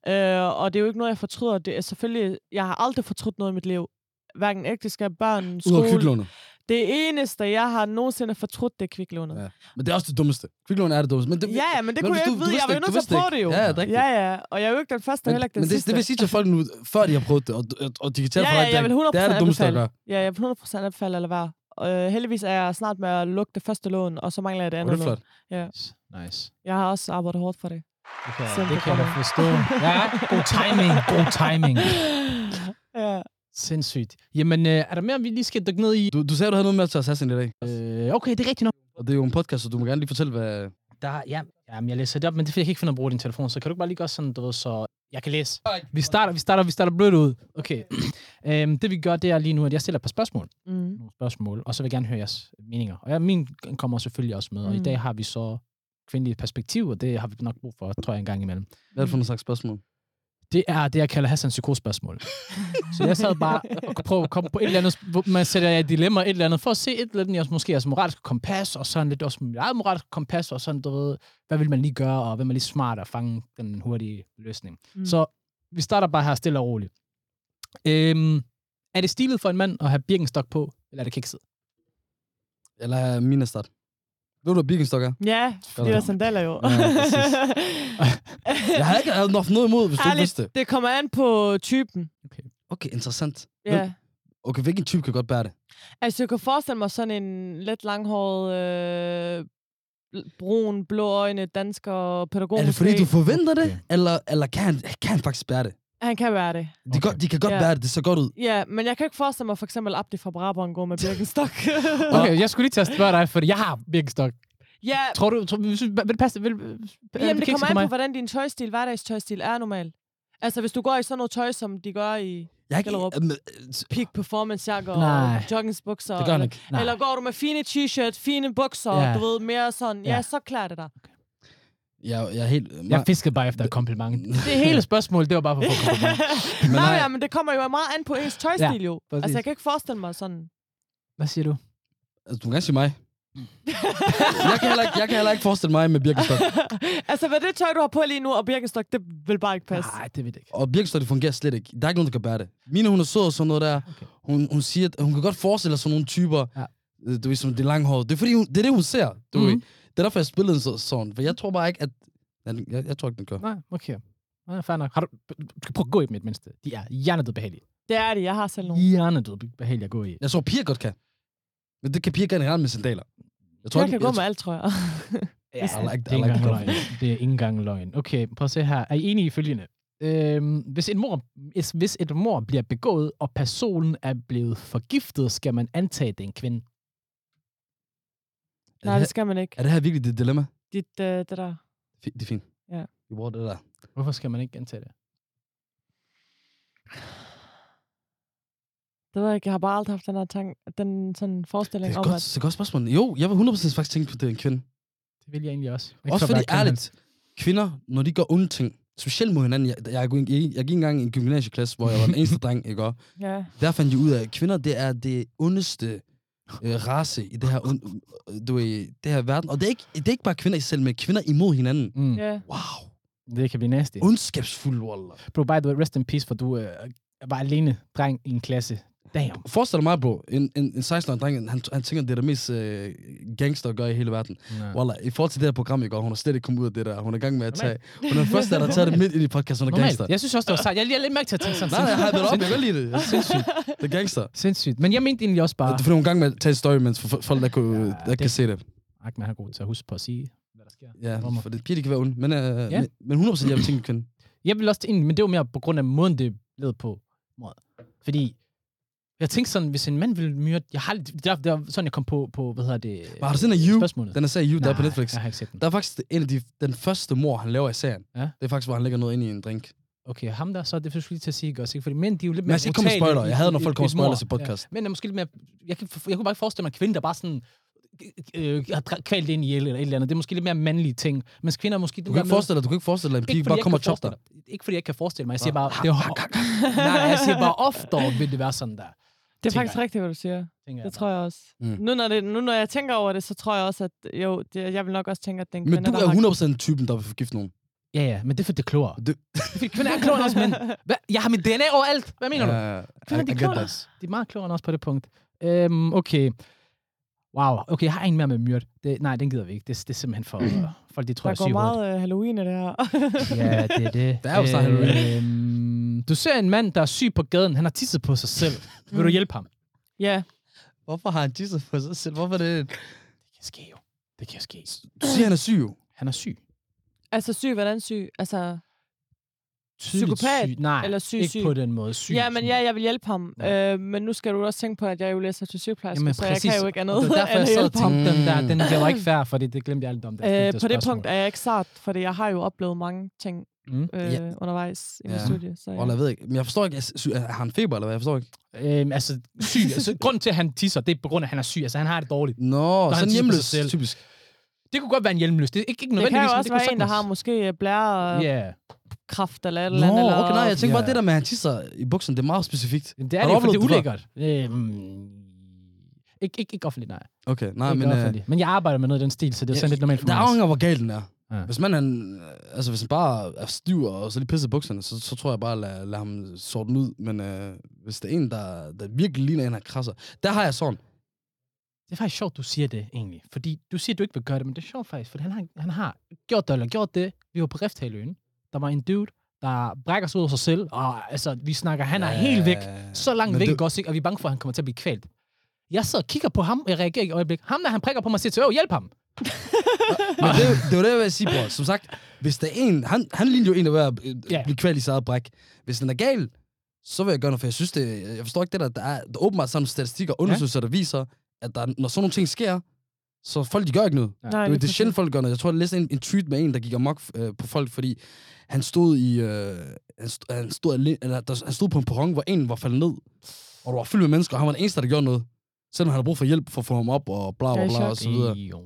A: øh, og det er jo ikke noget, jeg fortryder. Det er selvfølgelig, jeg har aldrig fortrudt noget i mit liv. Hverken ægteskab, børn,
B: Ud af
A: skole.
B: kviklånet.
A: Det eneste, jeg har nogensinde fortrudt, det er kviklånet.
B: Ja. Men det er også det dummeste. Kviklån er det dummeste. Men det,
A: Ja, ja, men det
B: men
A: kunne jeg
B: hvis du-
A: ikke
B: du
A: vide.
B: vidste
A: Jeg var jo
B: ikke, du
A: nødt til at
B: vidste
A: prøve det
B: ikke.
A: jo.
B: Ja, det er rigtigt.
A: ja, ja. Og jeg er jo ikke den første, og heller ikke
B: men,
A: den
B: men det,
A: sidste.
B: det vil sige til folk nu, før de har prøvet det, og, og, og de kan tage
A: ja,
B: for
A: ja,
B: dig,
A: jeg vil 100%
B: det er det dummeste at
A: anbefale.
B: gøre.
A: Ja, jeg vil 100% anbefale at lade være. Og, øh, heldigvis er jeg snart med at lukke det første lån, og så mangler jeg det
B: Og det
A: andet
B: er
A: lån.
B: flot. Mm.
C: Nice.
A: Jeg har også arbejdet hårdt for det.
C: Det kan,
A: Send
C: det
A: det
C: kan
A: fra
C: jeg
A: mig.
C: forstå. <laughs> Ja, god timing, god timing.
A: <laughs> ja.
C: Sindssygt. Jamen, øh, er der mere, vi lige skal dykke ned i?
B: Du, du sagde, du havde noget med til Assassin i dag.
C: Øh, okay, det er rigtigt nok.
B: Og det er jo en podcast, så du må gerne lige fortælle, hvad...
C: Der, ja, jamen, jeg læser det op, men det er fordi, jeg kan ikke finde ud af at bruge din telefon, så kan du ikke bare lige gøre sådan, du ved, så jeg kan læse. Vi starter, vi starter, vi starter blødt ud. Okay. <clears throat> øhm, det vi gør, det er lige nu, at jeg stiller et par spørgsmål.
A: Mm.
C: Nogle spørgsmål, og så vil jeg gerne høre jeres meninger. Og ja, min kommer selvfølgelig også med, og mm. i
A: Mm.
C: dag har vi så kvindelige perspektiv, og det har vi nok brug for, tror jeg, en gang imellem.
B: Hvad
A: Mm.
B: er det for en slags spørgsmål?
C: Det er det, jeg kalder Hassans psykospørgsmål. så jeg sad bare og prøvede at komme på et eller andet, hvor man sætter jer i dilemma et eller andet, for at se et eller andet, jeres, måske jeres moralske kompas, og sådan lidt også mit eget moralske kompas, og sådan, du ved, hvad vil man lige gøre, og hvem er lige smart at fange den hurtige løsning. Mm.
A: Mm.
C: Så vi starter bare her stille og roligt. Øhm, er det stilet for en mand at have birkenstok på, eller er det kikset?
B: Eller er min start? Ved du, hvad Birkenstock
A: <laughs>
B: er?
A: Ja, fordi der er sandaler jo.
B: Ja,
A: <laughs>
B: Jeg havde ikke havde nok noget imod, hvis du ikke
A: Ærligt,
B: vidste det.
A: det kommer an på typen.
B: Okay, interessant.
A: Ja.
B: Okay, hvilken type kan godt bære det?
A: Altså, jeg kan forestille mig sådan en let langhåret, øh, bl- brun, blå øjne, dansker, pædagog.
B: Er det fordi,
A: måske.
B: du forventer det? Eller, eller kan, han, kan han faktisk bære det?
A: Han kan være det.
B: De, okay.
C: Okay.
B: godt, de kan godt
A: Ja.
B: yeah. bære det, det ser godt ud.
A: Ja, men jeg kan ikke forestille mig for eksempel Abdi fra Brabrand gå med Birkenstock.
C: Okay, jeg skulle lige til at spørge dig, fordi jeg har birkenstok.
A: ja,
C: Tror du, tror, vil, vil det passe? Vil, vil,
A: jamen, det
C: kikset
A: kommer
C: for
A: an på,
C: mig?
A: hvordan din tøjstil, hverdagstøjstil er normalt. Altså, hvis du går i sådan noget tøj, som de gør i
B: Jeg er ikke,
A: Gellerup.
B: øhm, øh,
A: peak performance jakker og
C: Nej.
A: joggingsbukser.
C: Det gør han
A: eller,
C: ikke. Nej.
A: eller går du med fine t-shirt, fine bukser,
C: Ja.
A: du ved, mere sådan, ja,
C: Ja.
A: så klarer det dig.
B: jeg, jeg er
A: <laughs>
B: helt... øh,
C: Jeg
B: meget-
C: fiskede bare efter et kompliment. Det hele spørgsmål, det var bare for at få
A: <laughs>
C: kompliment.
A: Men
B: nej.
A: Nej, ja, men det kommer jo meget an på ens tøjstil jo.
C: præcis.
A: Altså, jeg kan ikke forestille mig sådan.
C: Hvad siger du?
B: Altså, du kan gerne sige mig. jeg, kan heller ikke, jeg kan heller ikke forestille mig med Birkenstock.
A: Altså, hvad det tøj, du har på lige nu, og Birkenstock, det vil bare ikke passe.
C: Nej, det ved jeg ikke.
B: Og Birkenstock, det fungerer slet ikke. Der er ikke nogen, der kan bære det. Mine, hun er sød og sådan noget der.
C: Okay.
B: Hun, hun siger, at hun kan godt forestille sig sådan nogle typer. Ja.
C: Ja.
B: Du ved, som det langhårede. Det er fordi, hun, det er det, hun ser. Du mm. ved.
C: Mhm.
B: Det er derfor, jeg spillede den så, sådan. For jeg tror bare ikke, at... den- Jeg, jeg tror ikke, den kører.
C: Nej, okay. Nej, fair nok. Har du, du skal prøve at gå i dem i det mindste. De er hjernedød behagelige.
A: Det er det, jeg har selv nogle.
C: Hjernedød behagelige at gå i.
B: Jeg tror, piger godt kan. Men det kan piger generelt med sandaler. Jeg tror
A: Jeg
B: ikke,
A: kan gå med alt, tror jeg.
C: Ja,
B: I like-
C: Altså, det er
B: I
C: ikke
B: like
C: engang
B: the
C: løgn. Det er ikke engang løgn. Okay, prøv at se her. Er I enige i følgende? Øhm, hvis, et mor, hvis- hvis et mor bliver begået, og personen er blevet forgiftet, skal man antage, at det er en kvinde.
B: er,
A: Nej, det
B: det her,
A: skal man ikke.
B: er det her virkelig dit dilemma?
A: Dit, øh, det der.
B: Fi- Det er fint.
A: Ja.
B: Vi bruger det der.
C: Hvorfor skal man ikke antage det?
A: Det ved jeg ikke, jeg har bare aldrig haft den her tank, den sådan
B: Det
A: forestilling
B: er,
A: om,
B: godt,
A: at...
B: det er godt spørgsmål. Jo, jeg vil 100% faktisk tænke på, at det er en kvinde.
C: Det vil jeg egentlig også. Ikke
B: Også
C: for at
B: fordi,
C: være
B: ærligt, kvinder, når de gør onde ting, specielt mod hinanden, jeg, jeg, jeg, jeg, jeg gik engang i en gymnasieklasse, hvor jeg var den
C: <laughs>
B: eneste dreng, ikke? Og
A: Ja.
B: Der fandt jeg ud af, at kvinder, det er det ondeste øh, race i det her, ond, øh, du, ved, det her verden. Og det er, ikke, det er ikke bare kvinder i sig selv, men kvinder imod hinanden.
C: kriminel. Mm.
A: ja.
B: Wow.
C: Det kan blive nasty.
B: Ondskabsfuld, wallah.
C: Bro, by the way, rest in peace, for du øh, var alene dreng i en klasse. Damn.
B: Forestil dig mig, bro. En, en, en 16-årig dreng, han, han tænker, det er det mest øh, gangster at gøre i hele verden.
C: Wow.
B: Wallah, i forhold til det her program, jeg går, hun har slet ikke kommet ud af det der. Hun er i gang med at tage... Hun er den første, der tager det midt ind i podcasten, hun er gangster.
C: Normalt. Jeg synes også, det var sejt. Jeg lige lidt mærke til at tænke sådan.
B: Nej, nej, jeg hyper det op. Jeg kan
C: Sindssygt.
B: godt lide det. Jeg er sindssygt. Det er gangster.
C: Sindssygt. Men jeg mente egentlig også bare...
B: Det er fordi, hun er i gang med at tage et story, mens for- folk, der, kunne,
C: Ah. Ja,
B: der ikke kan
C: det-
B: se det.
C: Ak, man er god til at huske på at sige, hvad der sker.
B: Ja,
C: Hvorfor?
B: for det, piger, de kan være onde. Men, øh,
C: Ja.
B: men, men 100% jeg vil tænke kvinde.
C: Jeg ville også til en, men det var mere på grund af måden, det blev på. Måde. Fordi jeg tænkte sådan, hvis en mand ville myrde... Jeg har, aldrig- det, er, det er sådan, jeg kom på, på hvad hedder det...
B: Var du sådan en You?
C: Spørgsmålet.
B: Den er serie You, der er på Netflix.
C: jeg har ikke set den.
B: Der er faktisk en af de, den første mor, han laver i serien.
C: Ja.
B: Det er faktisk, hvor han lægger noget ind i en drink.
C: Okay, ham der, så er det for lige til at sige, ikke også? ikke? Fordi mænd, de er jo lidt
B: Men
C: mere
B: jeg skal ikke komme med
C: brutale
B: spoiler.
C: i-
B: Jeg hader, når
C: i-
B: folk
C: i-
B: kommer med
C: i mor.
B: spoiler til podcast.
C: Men er måske lidt mere... Jeg, kan, jeg kunne bare ikke forestille mig, at kvinder, der bare sådan øh, har dra- kvalt ind i ihjel eller et eller andet. Det er måske lidt mere mandlige ting. Mens kvinder er måske...
B: Du kan ikke forestille dig, du kan ikke forestille dig, at en pige bare kommer og chopper dig.
C: Ikke fordi jeg ikke kan forestille mig. Jeg siger bare... Det er, <laughs> nej, jeg siger bare oftere, vil det være sådan der.
A: Det er
C: Tænker
A: faktisk
C: jeg.
A: rigtigt, hvad du siger.
C: tænker
A: Det tror jeg også.
B: Mm.
A: Mm. Nu, når det, nu når jeg tænker over det, så tror jeg også, at jo, det, jeg vil nok også tænke, at den
B: Men du
A: der
B: er
A: har-
B: 100% typen, der vil forgifte nogen.
C: Ja, ja, men det er fordi, det er klogere.
B: Det-
C: Det... Fordi kvinder er
A: <laughs>
C: klogere end os mænd. Hvad? Jeg har mit DNA overalt. Hvad mener du?
B: Ja,
C: Kvinder,
B: I-
C: de
B: I
C: er
B: get
C: klogere.
B: that.
C: De er meget klogere end os på det punkt. Øhm, okay. Wow. Okay, jeg har en mere med myrd. Det, nej, den gider vi ikke. Det, det er simpelthen for... folk, de tror,
A: Mm. Der
C: jeg er
A: går
C: syg i hovedet.
A: meget øh, Halloween i det her. <laughs>
C: Ja, det er det.
B: Der er jo snart
C: øhm, Du ser en mand, der er syg på gaden. Han har tisset på sig
A: <laughs>
C: selv. Vil
A: Mm.
C: du hjælpe ham? Det
A: ja.
B: Hvorfor har han Jesus på sig selv? Hvorfor er det...
C: kan ske jo. Det kan ske.
B: Du siger, han er syg jo.
C: Han er syg.
A: Altså syg, hvordan syg? Altså,
C: Tydeligt
A: Psykopat?
C: Syg. Nej,
A: Eller syg,
C: ikke
A: syg?
C: på den måde. Syg.
A: ja, men
C: sådan.
A: ja, jeg vil hjælpe ham. Ja. Øh, men nu skal du også tænke på, at jeg jo læser til sygeplejerske,
C: Jamen,
A: så jeg
C: præcis.
A: kan jo ikke andet
C: Og det er
A: <laughs> end
C: derfor, jeg
A: at
C: sad og
A: hjælpe ham.
C: tænkte, den, der,
B: Mm.
C: den, det var ikke fair, fordi det glemte jeg alt om. Da jeg
A: Øh,
C: stillede
A: på det
C: spørgsmål.
A: punkt er jeg ikke sart, fordi jeg har jo oplevet mange ting
C: Mm.
A: øh,
B: Ja.
A: undervejs i min
B: Ja.
A: studie. Så, ja.
B: Wallah, jeg ved ikke. Men jeg forstår ikke, jeg sy- har han feber eller hvad? Jeg forstår ikke.
C: Øhm, altså, syg. Altså, grunden til, at han tisser, det er på grund af, at han er syg. Altså, han har det dårligt.
B: Nå,
C: han
B: sådan
C: tisser på
B: hjemløs,
C: sig selv.
B: typisk.
C: Det kunne godt være en hjelmløs. Det er ikke, ikke
A: Det kan
C: nødvendigvis,
A: jo
C: men
A: også
C: kunne
A: være en, der har
C: sagtens-
A: måske øh, blærekraft
C: Ja. Yeah.
A: kraft eller et
B: Nå,
A: eller andet. eller-
B: okay, nej, jeg tænker bare,
C: Ja.
B: det der med, at han tisser i buksen, det er meget specifikt.
C: Jamen, det er
B: Har
C: det,
B: du
C: jo, for det er
B: oplevet det
C: ulækkert. Øhm, ikke, ikke, ikke offentligt, nej.
B: Okay, nej,
C: ikke
B: men... øh,
C: offentligt. men jeg arbejder med noget i den stil, så det er jo sådan lidt normalt for
B: Der
C: mig. også.
B: afhænger, af, hvor gal den er.
C: Ja.
B: Ja. Hvis man han, altså hvis han bare er stiv og så lige pisser i bukserne, så, så tror jeg bare, lad, lad ham sorte den ud. Men øh, hvis der er en, der, der virkelig ligner en, han krasser, der har jeg sådan.
C: Det er faktisk sjovt, du siger det egentlig. Fordi du siger, at du ikke vil gøre det, men det er sjovt faktisk, for han har, han har gjort det eller gjort det. Vi var på Rifthaløen. Der var en dude, der brækker sig ud af sig selv. Og altså, vi snakker, han er
B: Ja,
C: helt væk. Så langt
B: men
C: væk,
B: det-
C: ikke også, ikke? og vi er bange for, at han kommer til at blive kvalt. Jeg sidder og kigger på ham, og jeg reagerer ikke et øjeblik. Ham, der han prikker på mig og siger til, "Øv, hjælp ham.
B: Men det, er jo- det var det, jeg ville sige, bror. Som sagt, hvis der er en, han, han ligner jo en, der er ved at
C: Ja.
B: yeah. blive kvalt i sit eget bræk. Hvis den er gal, så vil jeg gøre noget, for jeg synes det, jeg forstår ikke det der, der er der er åbenbart sådan nogle statistikker og undersøgelser, der viser, at der, når sådan nogle ting sker, så folk, de gør ikke noget.
A: Nej,
B: Det, er jo-
A: lige
B: det er sjældent, folk gør noget. Jeg tror, jeg læste en, en tweet med en, der gik amok øh, på folk, fordi han stod i... Øh, han, stod, han, stod alene, eller, der, han stod på en perron, hvor en var faldet ned, og der var fyldt med mennesker, og han var den eneste, der gjorde noget. Selvom han havde brug for hjælp for at få ham op, og bla
A: Jeg er
B: bla
A: i
B: bla,
A: chok.
B: og så videre.
C: Jo.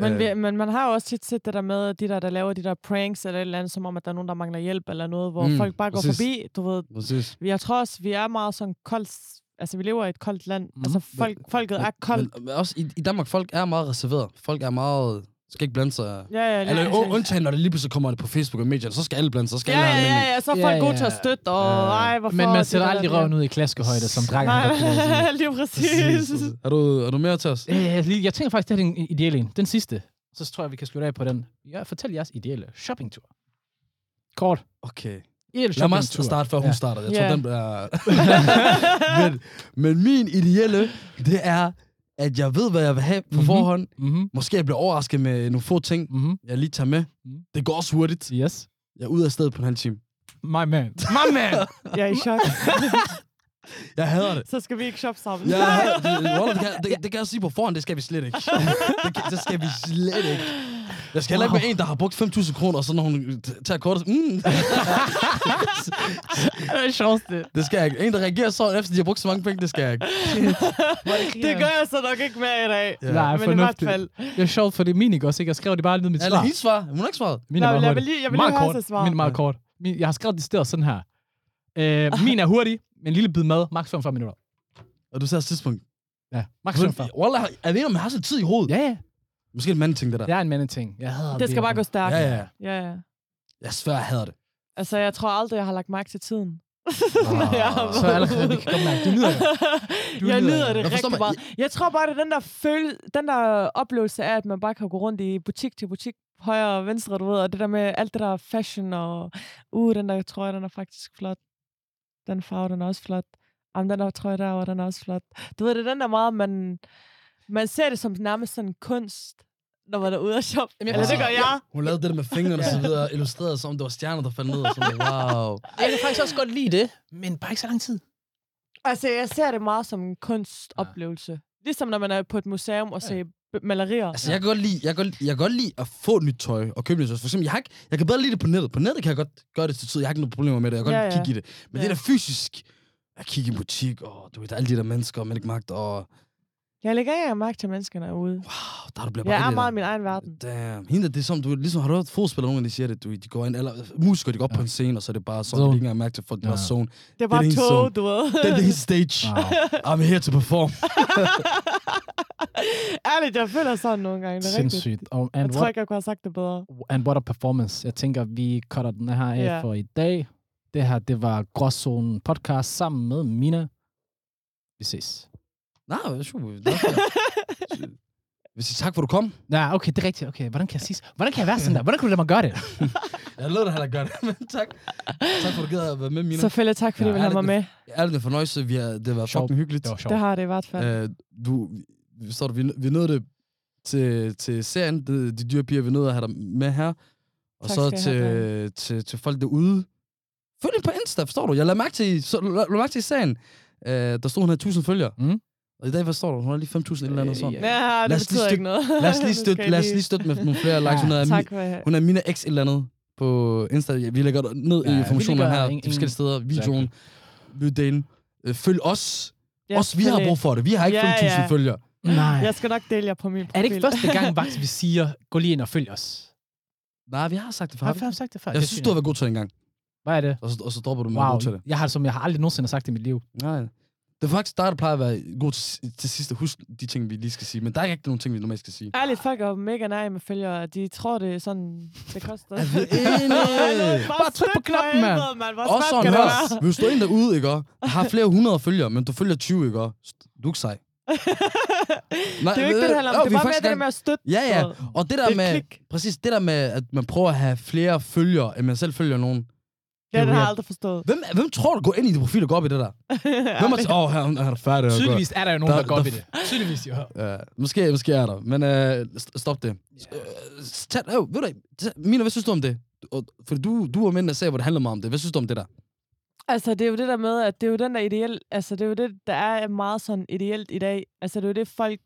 A: Men, vi,
B: Øh,
A: men man har jo også tit set det der med, at de der, der laver de der pranks eller et eller andet, som om, at der er nogen, der mangler hjælp eller noget, hvor mm,
B: Mm,
A: folk bare går
B: præcis.
A: forbi. Du ved,
B: Præcis.
A: jeg tror også, vi er meget sådan koldt... Altså, vi lever i et koldt land. Mm,
C: Mhm.
A: altså, folk, folket er koldt.
B: Men, men også i, i Danmark, folk er meget reserveret. Folk er meget... Skal ikke blande sig...
A: Ja, ja, lige
B: Eller
A: præcis.
B: u- undtagen, når det lige pludselig kommer det på Facebook og medierne, så skal alle blande sig, så skal
A: Ja,
B: alle
A: ja,
B: have en mening.
A: ja, ja, så er folk
C: Ja,
A: gode til
C: ja.
A: at støtte, og ej, hvorfor...
C: Øh, Men man
A: det
C: sætter
A: der,
C: aldrig
A: det der.
C: røven ud i klaskehøjde, som drækker
A: Nej,
C: ham.
A: <laughs> lige præcis.
B: <laughs> Præcis, præcis. Er du, er du mere til os?
C: Øh, lige- jeg tænker faktisk, det her er den ideelle en. Den sidste. Så tror jeg, vi kan slutte af på den. Ja, fortæl jeres ideelle shoppingtur. Kort.
B: Okay.
C: Ideelle
B: Lad mig
C: shoppingtur.
B: starte, før hun
C: Ja.
B: starter. Jeg
A: Ja.
B: tror, den
C: <laughs>
B: bliver... men, men min ideelle, det er, at jeg ved, hvad jeg vil have på
C: Mhm.
B: forhånd.
C: Mhm,
B: Måske jeg bliver overrasket med nogle få ting,
C: mhm.
B: jeg lige tager med.
C: Mhm.
B: Det går også hurtigt.
C: Yes.
B: Jeg er ude af stedet på en halv time.
C: My
A: <laughs>
C: man. My man.
A: Jeg er i chok.
B: Jeg hader det.
A: Så skal vi ikke shoppe sammen.
B: Jeg hader det. Roller, det, kan, det, det kan jeg sige på forhånd, det skal vi slet ikke. Det, kan, det skal vi slet ikke. Jeg skal heller ikke med en, der har brugt 5.000 kroner, og så når hun t- tager kortet... Mm.
C: det er sjovt, det.
B: Det skal jeg ikke. En, der reagerer så efter, de har brugt så mange penge, det skal jeg ikke.
A: <laughs> Det gør jeg så nok ikke mere i dag.
B: Ja.
C: Nej,
A: Men i hvert
C: fornuftigt.
A: fald.
C: Det er sjovt, for det er min, ikke også? Ikke? Jeg skrev det bare ned i mit
B: Eller
C: svar.
B: hendes svar. Hun har ikke svaret.
C: Min
A: Nå,
C: er meget
A: jeg
C: hurtig.
A: vil lige- jeg vil lige
C: meget
A: høre
C: kort.
A: hans svar.
C: Min er meget
B: Ja.
C: kort. Min, jeg har skrevet det sted sådan her.
A: <laughs>
C: Øh, min er hurtig, men en lille bid mad. Max 45 minutter.
B: Og du sagde også tidspunkt.
C: Ja, max
B: Men,
C: 45.
B: Wallah, er det, om man har så tid i hovedet?
C: Ja, ja.
B: Måske en mandeting, det der.
C: Det er en mandeting. Jeg hader
A: Det skal bare gå stærkt.
B: Ja, ja.
A: Ja, ja.
B: Jeg svær, jeg hader
C: <laughs>
B: det.
A: Altså, jeg tror aldrig, jeg har lagt mærke til tiden. <laughs>
C: Så allerede, vi kan godt mærke, du nyder det. Du
A: jeg
C: nyder
A: nyder
C: det.
A: det
B: Jeg forstår
A: rigtig
B: mig-
A: meget. Jeg tror bare, det er den der, føle, den der oplevelse af, at man bare kan gå rundt i butik til butik, højre og venstre, du ved, og det der med alt det der fashion, og uh, den der trøje, den er faktisk flot. Den farve, den er også flot. Jamen, den der trøje derovre, den er også flot. Du ved, det er den der meget, man, man ser det som nærmest sådan kunst, når man er ude og shoppe.
C: Jamen, jeg
A: Eller det
C: forstår-
A: gør jeg.
B: Hun lavede det der med fingrene og så videre, illustreret som om det var stjerner, der faldt ned og sådan
C: <laughs>
B: noget. Wow.
C: Jeg kan faktisk også godt lide det, men bare ikke så lang tid.
A: Altså, jeg ser det meget som en kunstoplevelse. Ja. Ligesom når man er på et museum og ser b- malerier.
B: Altså, jeg kan godt lide, jeg kan godt, lide- jeg kan godt lide at få nyt tøj og købe nyt tøj. For eksempel, jeg, har ikke, jeg kan bedre lide det på nettet. På nettet kan jeg godt gøre det til tid. Jeg har ikke nogen problemer med det. Jeg kan godt
A: Ja,
B: ja,
A: ja.
B: kigge i det. Men ja. det
A: Ja.
B: der fysisk, at kigge i en butik, og du ved, der er alle de der mennesker, og man ikke magt, og
A: Jeg lægger ikke engang mærke til menneskerne ude.
B: wow, der du bliver bare
A: Jeg er
B: ind i
A: meget i
B: det.
A: min egen verden.
B: Damn. Hende, der, det er som, du, ligesom har du hørt fodspillere, nogen, der siger det, du, ved, de går ind, eller øh, musikere, de går op
C: Ja.
B: på en scene, og så er det bare sådan,
C: Zone.
B: de ikke engang mærke til folk, det var
C: Ja.
B: zone.
A: Det er bare
B: det er en
A: tog,
B: zone.
A: du ved.
B: Den er his stage.
C: Wow.
B: I'm here to perform.
A: <laughs> Ærligt, jeg føler sådan nogle gange. Det er rigtigt.
C: Sindssygt. Og and
A: Jeg tror
C: what,
A: ikke, jeg kunne have sagt det bedre.
C: and what a performance. Jeg tænker, vi cutter den her af
A: Ja.
C: for i dag. Det her, det var Gråzonen podcast sammen med Mina. Vi ses.
B: Nej, det er super. det
A: <laughs>
B: er fair. Hvis I tak, for du kom.
C: Nej, okay, det er rigtigt. Okay, hvordan kan jeg sige? Hvordan kan jeg være sådan der? Hvordan kunne du lade mig
A: <laughs>
C: gøre det?
B: Jeg lød dig heller gøre det, men tak. Tak for, at du gider at være med, Mina.
A: Selvfølgelig tak, fordi
C: Ja,
A: du vil have mig
B: ærligt,
A: med.
B: Er det en fornøjelse? Vi har, det har været
C: Sjov.
B: fucking hyggeligt.
C: Det var sjovt.
A: Det har det i hvert fald.
B: Øh, du, vi- forstår du, vi, vi nåede det til, til serien, det, de dyre piger, vi nåede at have dig med her. Og
A: Tak
B: så
A: skal I
B: til,
A: have,
B: til, til folk derude. Følg hende på Insta, forstår du? Jeg lader mærke til, i- så, la- la- mærke til i serien. Øh, der stod, hun havde 1000 følgere.
C: Mm.
B: Og i dag, hvad står der? Hun har lige 5000 eller andet
C: Øh,
B: sådan.
C: ja.
A: Ja, det
B: lad os lige
A: betyder
B: støtte-
A: ikke noget.
B: Lad os lige
A: <laughs> Nu
B: støtte,
A: skal I
B: lad os lige støtte øh, med nogle
A: <laughs>
B: flere likes. Hun er,
A: Tak for at
B: hun er Mina X et eller andet på Insta. Ja, Vi lægger det ned
C: Ja, vi
B: i informationen
C: lægger
B: her, de
C: en-
B: forskellige steder, videoen, lyd det ind. Øh, Følg os.
A: Ja,
B: Også vi har brug for det. Vi har ikke
A: Ja,
B: 5.000
A: ja.
B: følgere.
C: Nej.
A: Jeg skal nok dele jer på min profil.
C: Er det ikke første gang, Vagt, vi siger, gå lige ind og følg os?
B: Nej, vi har sagt det før.
C: Har
B: har vi
C: vi
B: ikke?
C: før sagt det før?
B: Jeg synes, du har været god til det engang,
C: Hvad er det?
B: og så, og så dropper du mig
C: Wow,
B: god til det.
C: jeg har, det som jeg har aldrig nogensinde sagt i mit liv.
B: Nej. Det er faktisk dig, der plejer at være god til, til sidst at huske de ting, vi lige skal sige. Men der er ikke rigtig nogen ting, vi normalt skal sige.
A: Ærligt, folk er jo mega nej med følgere. De tror, det er sådan, det koster.
B: Er vi
A: <laughs>
B: Øh, enige?
C: Bare tryk på knappen, mand.
A: man. Hvor
B: Også
A: svært kan
B: sådan
A: det
B: <laughs> her.
A: være?
B: Hvis du er en derude, ikke? og har flere hundrede følgere, men du følger 20, ikke? og Du er ikke sej. Nej,
A: Det er jo ikke det, det handler om.
B: jo,
A: Det
B: vi
A: er bare mere det
B: faktisk
A: der
B: gerne-
A: med at støtte.
B: Ja, ja.
A: noget.
B: Og det
A: Det
B: der
A: er et
B: med...
A: klik.
B: Præcis, det der med, at man prøver at have flere følgere, end man selv følger nogen.
A: Ja, den har jeg
B: weird.
A: aldrig forstået.
B: Hvem, hvem tror du går ind i det profil og går op i det der? Hvem er t- Åh, oh, han, han er færdig. og
C: Tydeligvis er der jo nogen,
B: Der-
C: der, der går op
B: der-
C: i det. Tydeligvis, jo.
B: Ja, måske, måske er der, men øh, st- stop det. Øh, tag, øh, ved du, tag, Mina, hvad synes du om det? Og- Fordi du, du og mændene sagde, hvor det handler meget om det. Hvad synes du om det der?
A: Altså, det er jo det der med, at det er jo den der ideel, altså, det er jo det, der er meget sådan ideelt i dag. Altså, det er jo det, folk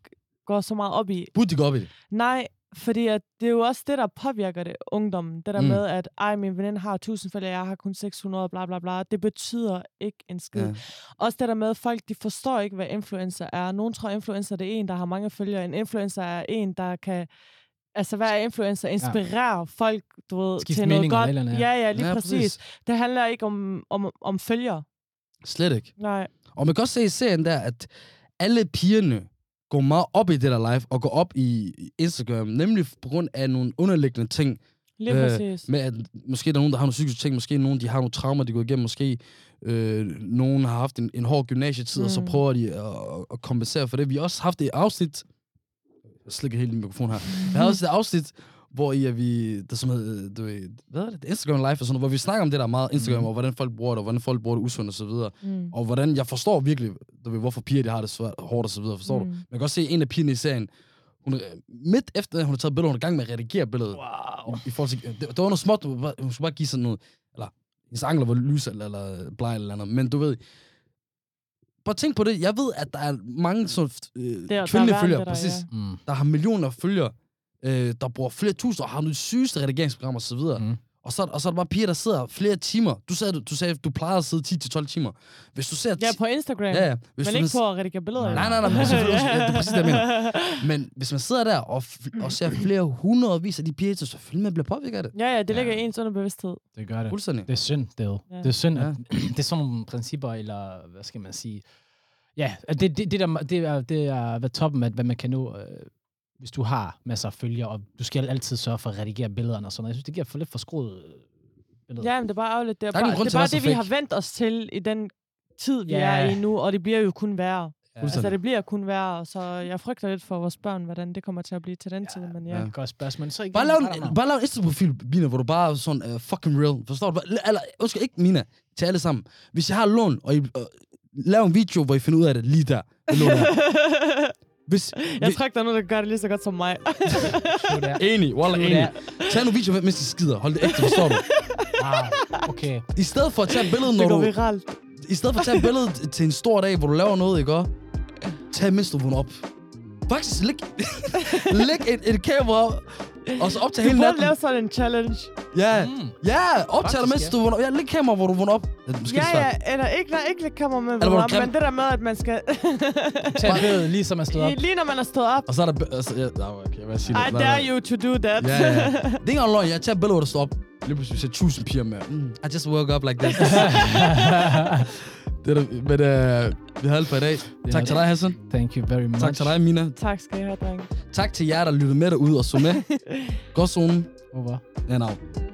A: går så meget op i.
B: Burde de gå op i det?
A: Nej, fordi at det er jo også det, der påvirker det, ungdommen. Det der
B: Mm.
A: mm. med, at ej, min veninde har 1000 følgere, jeg har kun 600, bla bla bla. Det betyder ikke en skid.
B: Ja.
A: Ja. Også det der med, at folk de forstår ikke, hvad influencer er. Nogen tror, influencer det er en, der har mange følgere. En influencer er en, der kan... Altså, hvad er influencer? Inspirerer ja. folk, du ved,
C: Skifte
A: til noget
C: meninger og
A: godt.
C: et eller andet, ja.
A: ja, ja, lige ja, præcis. Det handler ikke om, om, om følgere.
B: Slet ikke.
A: Nej.
B: Og man kan også se i serien der, at alle pigerne går meget op i det der live, og går op i i Instagram, nemlig på grund af nogle underliggende ting,
A: Lige
B: Øh,
A: øh, præcis.
B: med at måske der er nogen, der har nogle psykiske ting, måske nogen, de har nogle traumer, de går igennem, måske øh, nogen har haft en, en hård gymnasietid, mm. og så
A: Mm.
B: prøver de at, at kompensere for det. Vi har også haft et afsnit, jeg slikker helt min mikrofon her, vi havde også et afsnit, hvor i, at vi, der som hed, øh, du ved, hvad er det, Instagram Live og sådan noget, hvor vi snakker om det der er meget Instagram, mm. og hvordan folk bruger det, og hvordan folk bruger det usundt og så videre.
A: Mm.
B: Og hvordan, jeg forstår virkelig, du ved, hvorfor piger de har det svært, hårdt og så videre, forstår mm. du?
A: Mm.
B: Man kan også se en af pigerne i serien, hun, er- midt efter, at hun har taget billedet, hun er i gang med at redigere billedet. Wow. I forhold til, øh, det, det var noget småt, hun, bare- hun skulle bare give sådan noget, eller hendes ankler var lys eller, eller bleg eller andet, men du ved, bare tænk på det, jeg ved, at der er mange sådan, øh,
A: der er
B: kvindelige
A: værre
B: følgere,
A: end det der,
B: præcis,
A: ja.
C: Mm.
B: der har millioner af følgere, øh, der bruger flere tusinder, og har nogle sygeste redigeringsprogrammer osv.,
C: Mm.
B: mm. og, så, og så er der bare piger, der sidder flere timer. Du sagde, du sagde, du plejer at sidde 10-12 timer. Hvis du ser...
A: Ja,
B: ti-
A: på Instagram.
B: ja, ja. Hvis
A: Men
B: du
A: ikke på at redigere billeder.
C: Nej,
A: jo.
B: Nej, nej, nej, men selvfølgelig, ja, det er præcis det, jeg mener. Men hvis man sidder der og, f- og ser flere hundredvis af de piger, så selvfølgelig man bliver påvirket af det.
A: <laughs> Ja, ja, det ligger i
C: Ja.
A: ens underbevidsthed.
C: Det gør det.
B: Fuldstændig.
C: Det er synd, det er.
A: Ja.
C: Det er synd, at,
B: Ja.
C: <clears throat> det er sådan nogle principper, eller hvad skal man sige? Ja, at det, det, det, der, det, er, det er hvad toppen af, hvad man kan nå, øh, hvis du har masser af følgere, og du skal altid sørge for at redigere billederne og sådan noget. Jeg synes, det giver for lidt for skruet øh, billeder.
A: Ja, men det er bare afledt. Det er
B: Der er ikke
A: bare
B: nogen grund
A: det,
B: til
A: er
B: at
A: bare det
B: være så
A: vi
B: fake.
A: har vendt os til i den tid, vi
C: Ja.
A: er i nu, og det bliver jo kun værre.
B: Ja.
A: Altså, det bliver kun værre, så jeg frygter lidt for vores børn, hvordan det kommer til at blive til den tid, men ja. ja.
B: Ja.
C: Det er et godt spørgsmål. Så igen,
B: Bare lav
C: I don't
B: en,
C: know.
A: <laughs>
B: bare lav en Insta-profil, Bina, hvor du bare er sådan uh, fucking real. Forstår du? Bare- Eller, undskyld, ikke Mina. Til alle sammen. Hvis jeg har lån, og I, uh, lav en video, hvor I finder ud af det lige der. Det lån
A: <laughs>
B: er. Hvis,
A: Jeg frygter nu, der gør det lige så godt som mig.
C: Shoot that.
B: Enig, wallah,
C: Sådan
B: enig. Tag nu video, mens de skider. Hold det ægte, forstår du?
C: Ah, okay.
B: I stedet for at tage billedet, når
A: Det går
B: du...
A: viralt.
B: I stedet for at tage billedet til en stor dag, hvor du laver noget, ikke også? Tag mens du vågner op. Faktisk, læg, <laughs> læg et, et kamera op, og så optag
A: Du
B: hele
A: burde
B: natten.
A: lave sådan en challenge.
B: Ja,
C: Mm.
B: ja, optag dig,
C: Faktisk,
B: mens
C: ja.
B: du vågner op. Ja, læg kamera, hvor du vågner op. Det er måske
A: Ja,
B: lidt svært.
A: ja, eller ikke, nej, ikke kommer med,
B: Eller hvor du
A: men
B: grim-
A: det der med, at man skal...
C: Tag et billede, lige som man stod op.
A: <laughs> Lige når man er stået op.
B: Og så er der... b- Altså, ja, nej, okay, hvad siger du?
A: I
B: Nej,
A: dare
B: nej.
A: you to do that.
B: Ja, ja. Det er ikke engang løgn, jeg tager billeder, hvor der står op. Lige pludselig ser tusind piger med. Mm, I just woke up like this. <laughs> det er der, men øh, vi har alt for i dag. Tak til dig, Hassan.
C: <laughs> Thank you very much.
B: Tak til dig, Mina.
A: <laughs> Tak skal I have, drenge. <laughs>
B: Tak til jer, der lyttede med derude og så med. Godzonen.
C: Over.
B: Den er out.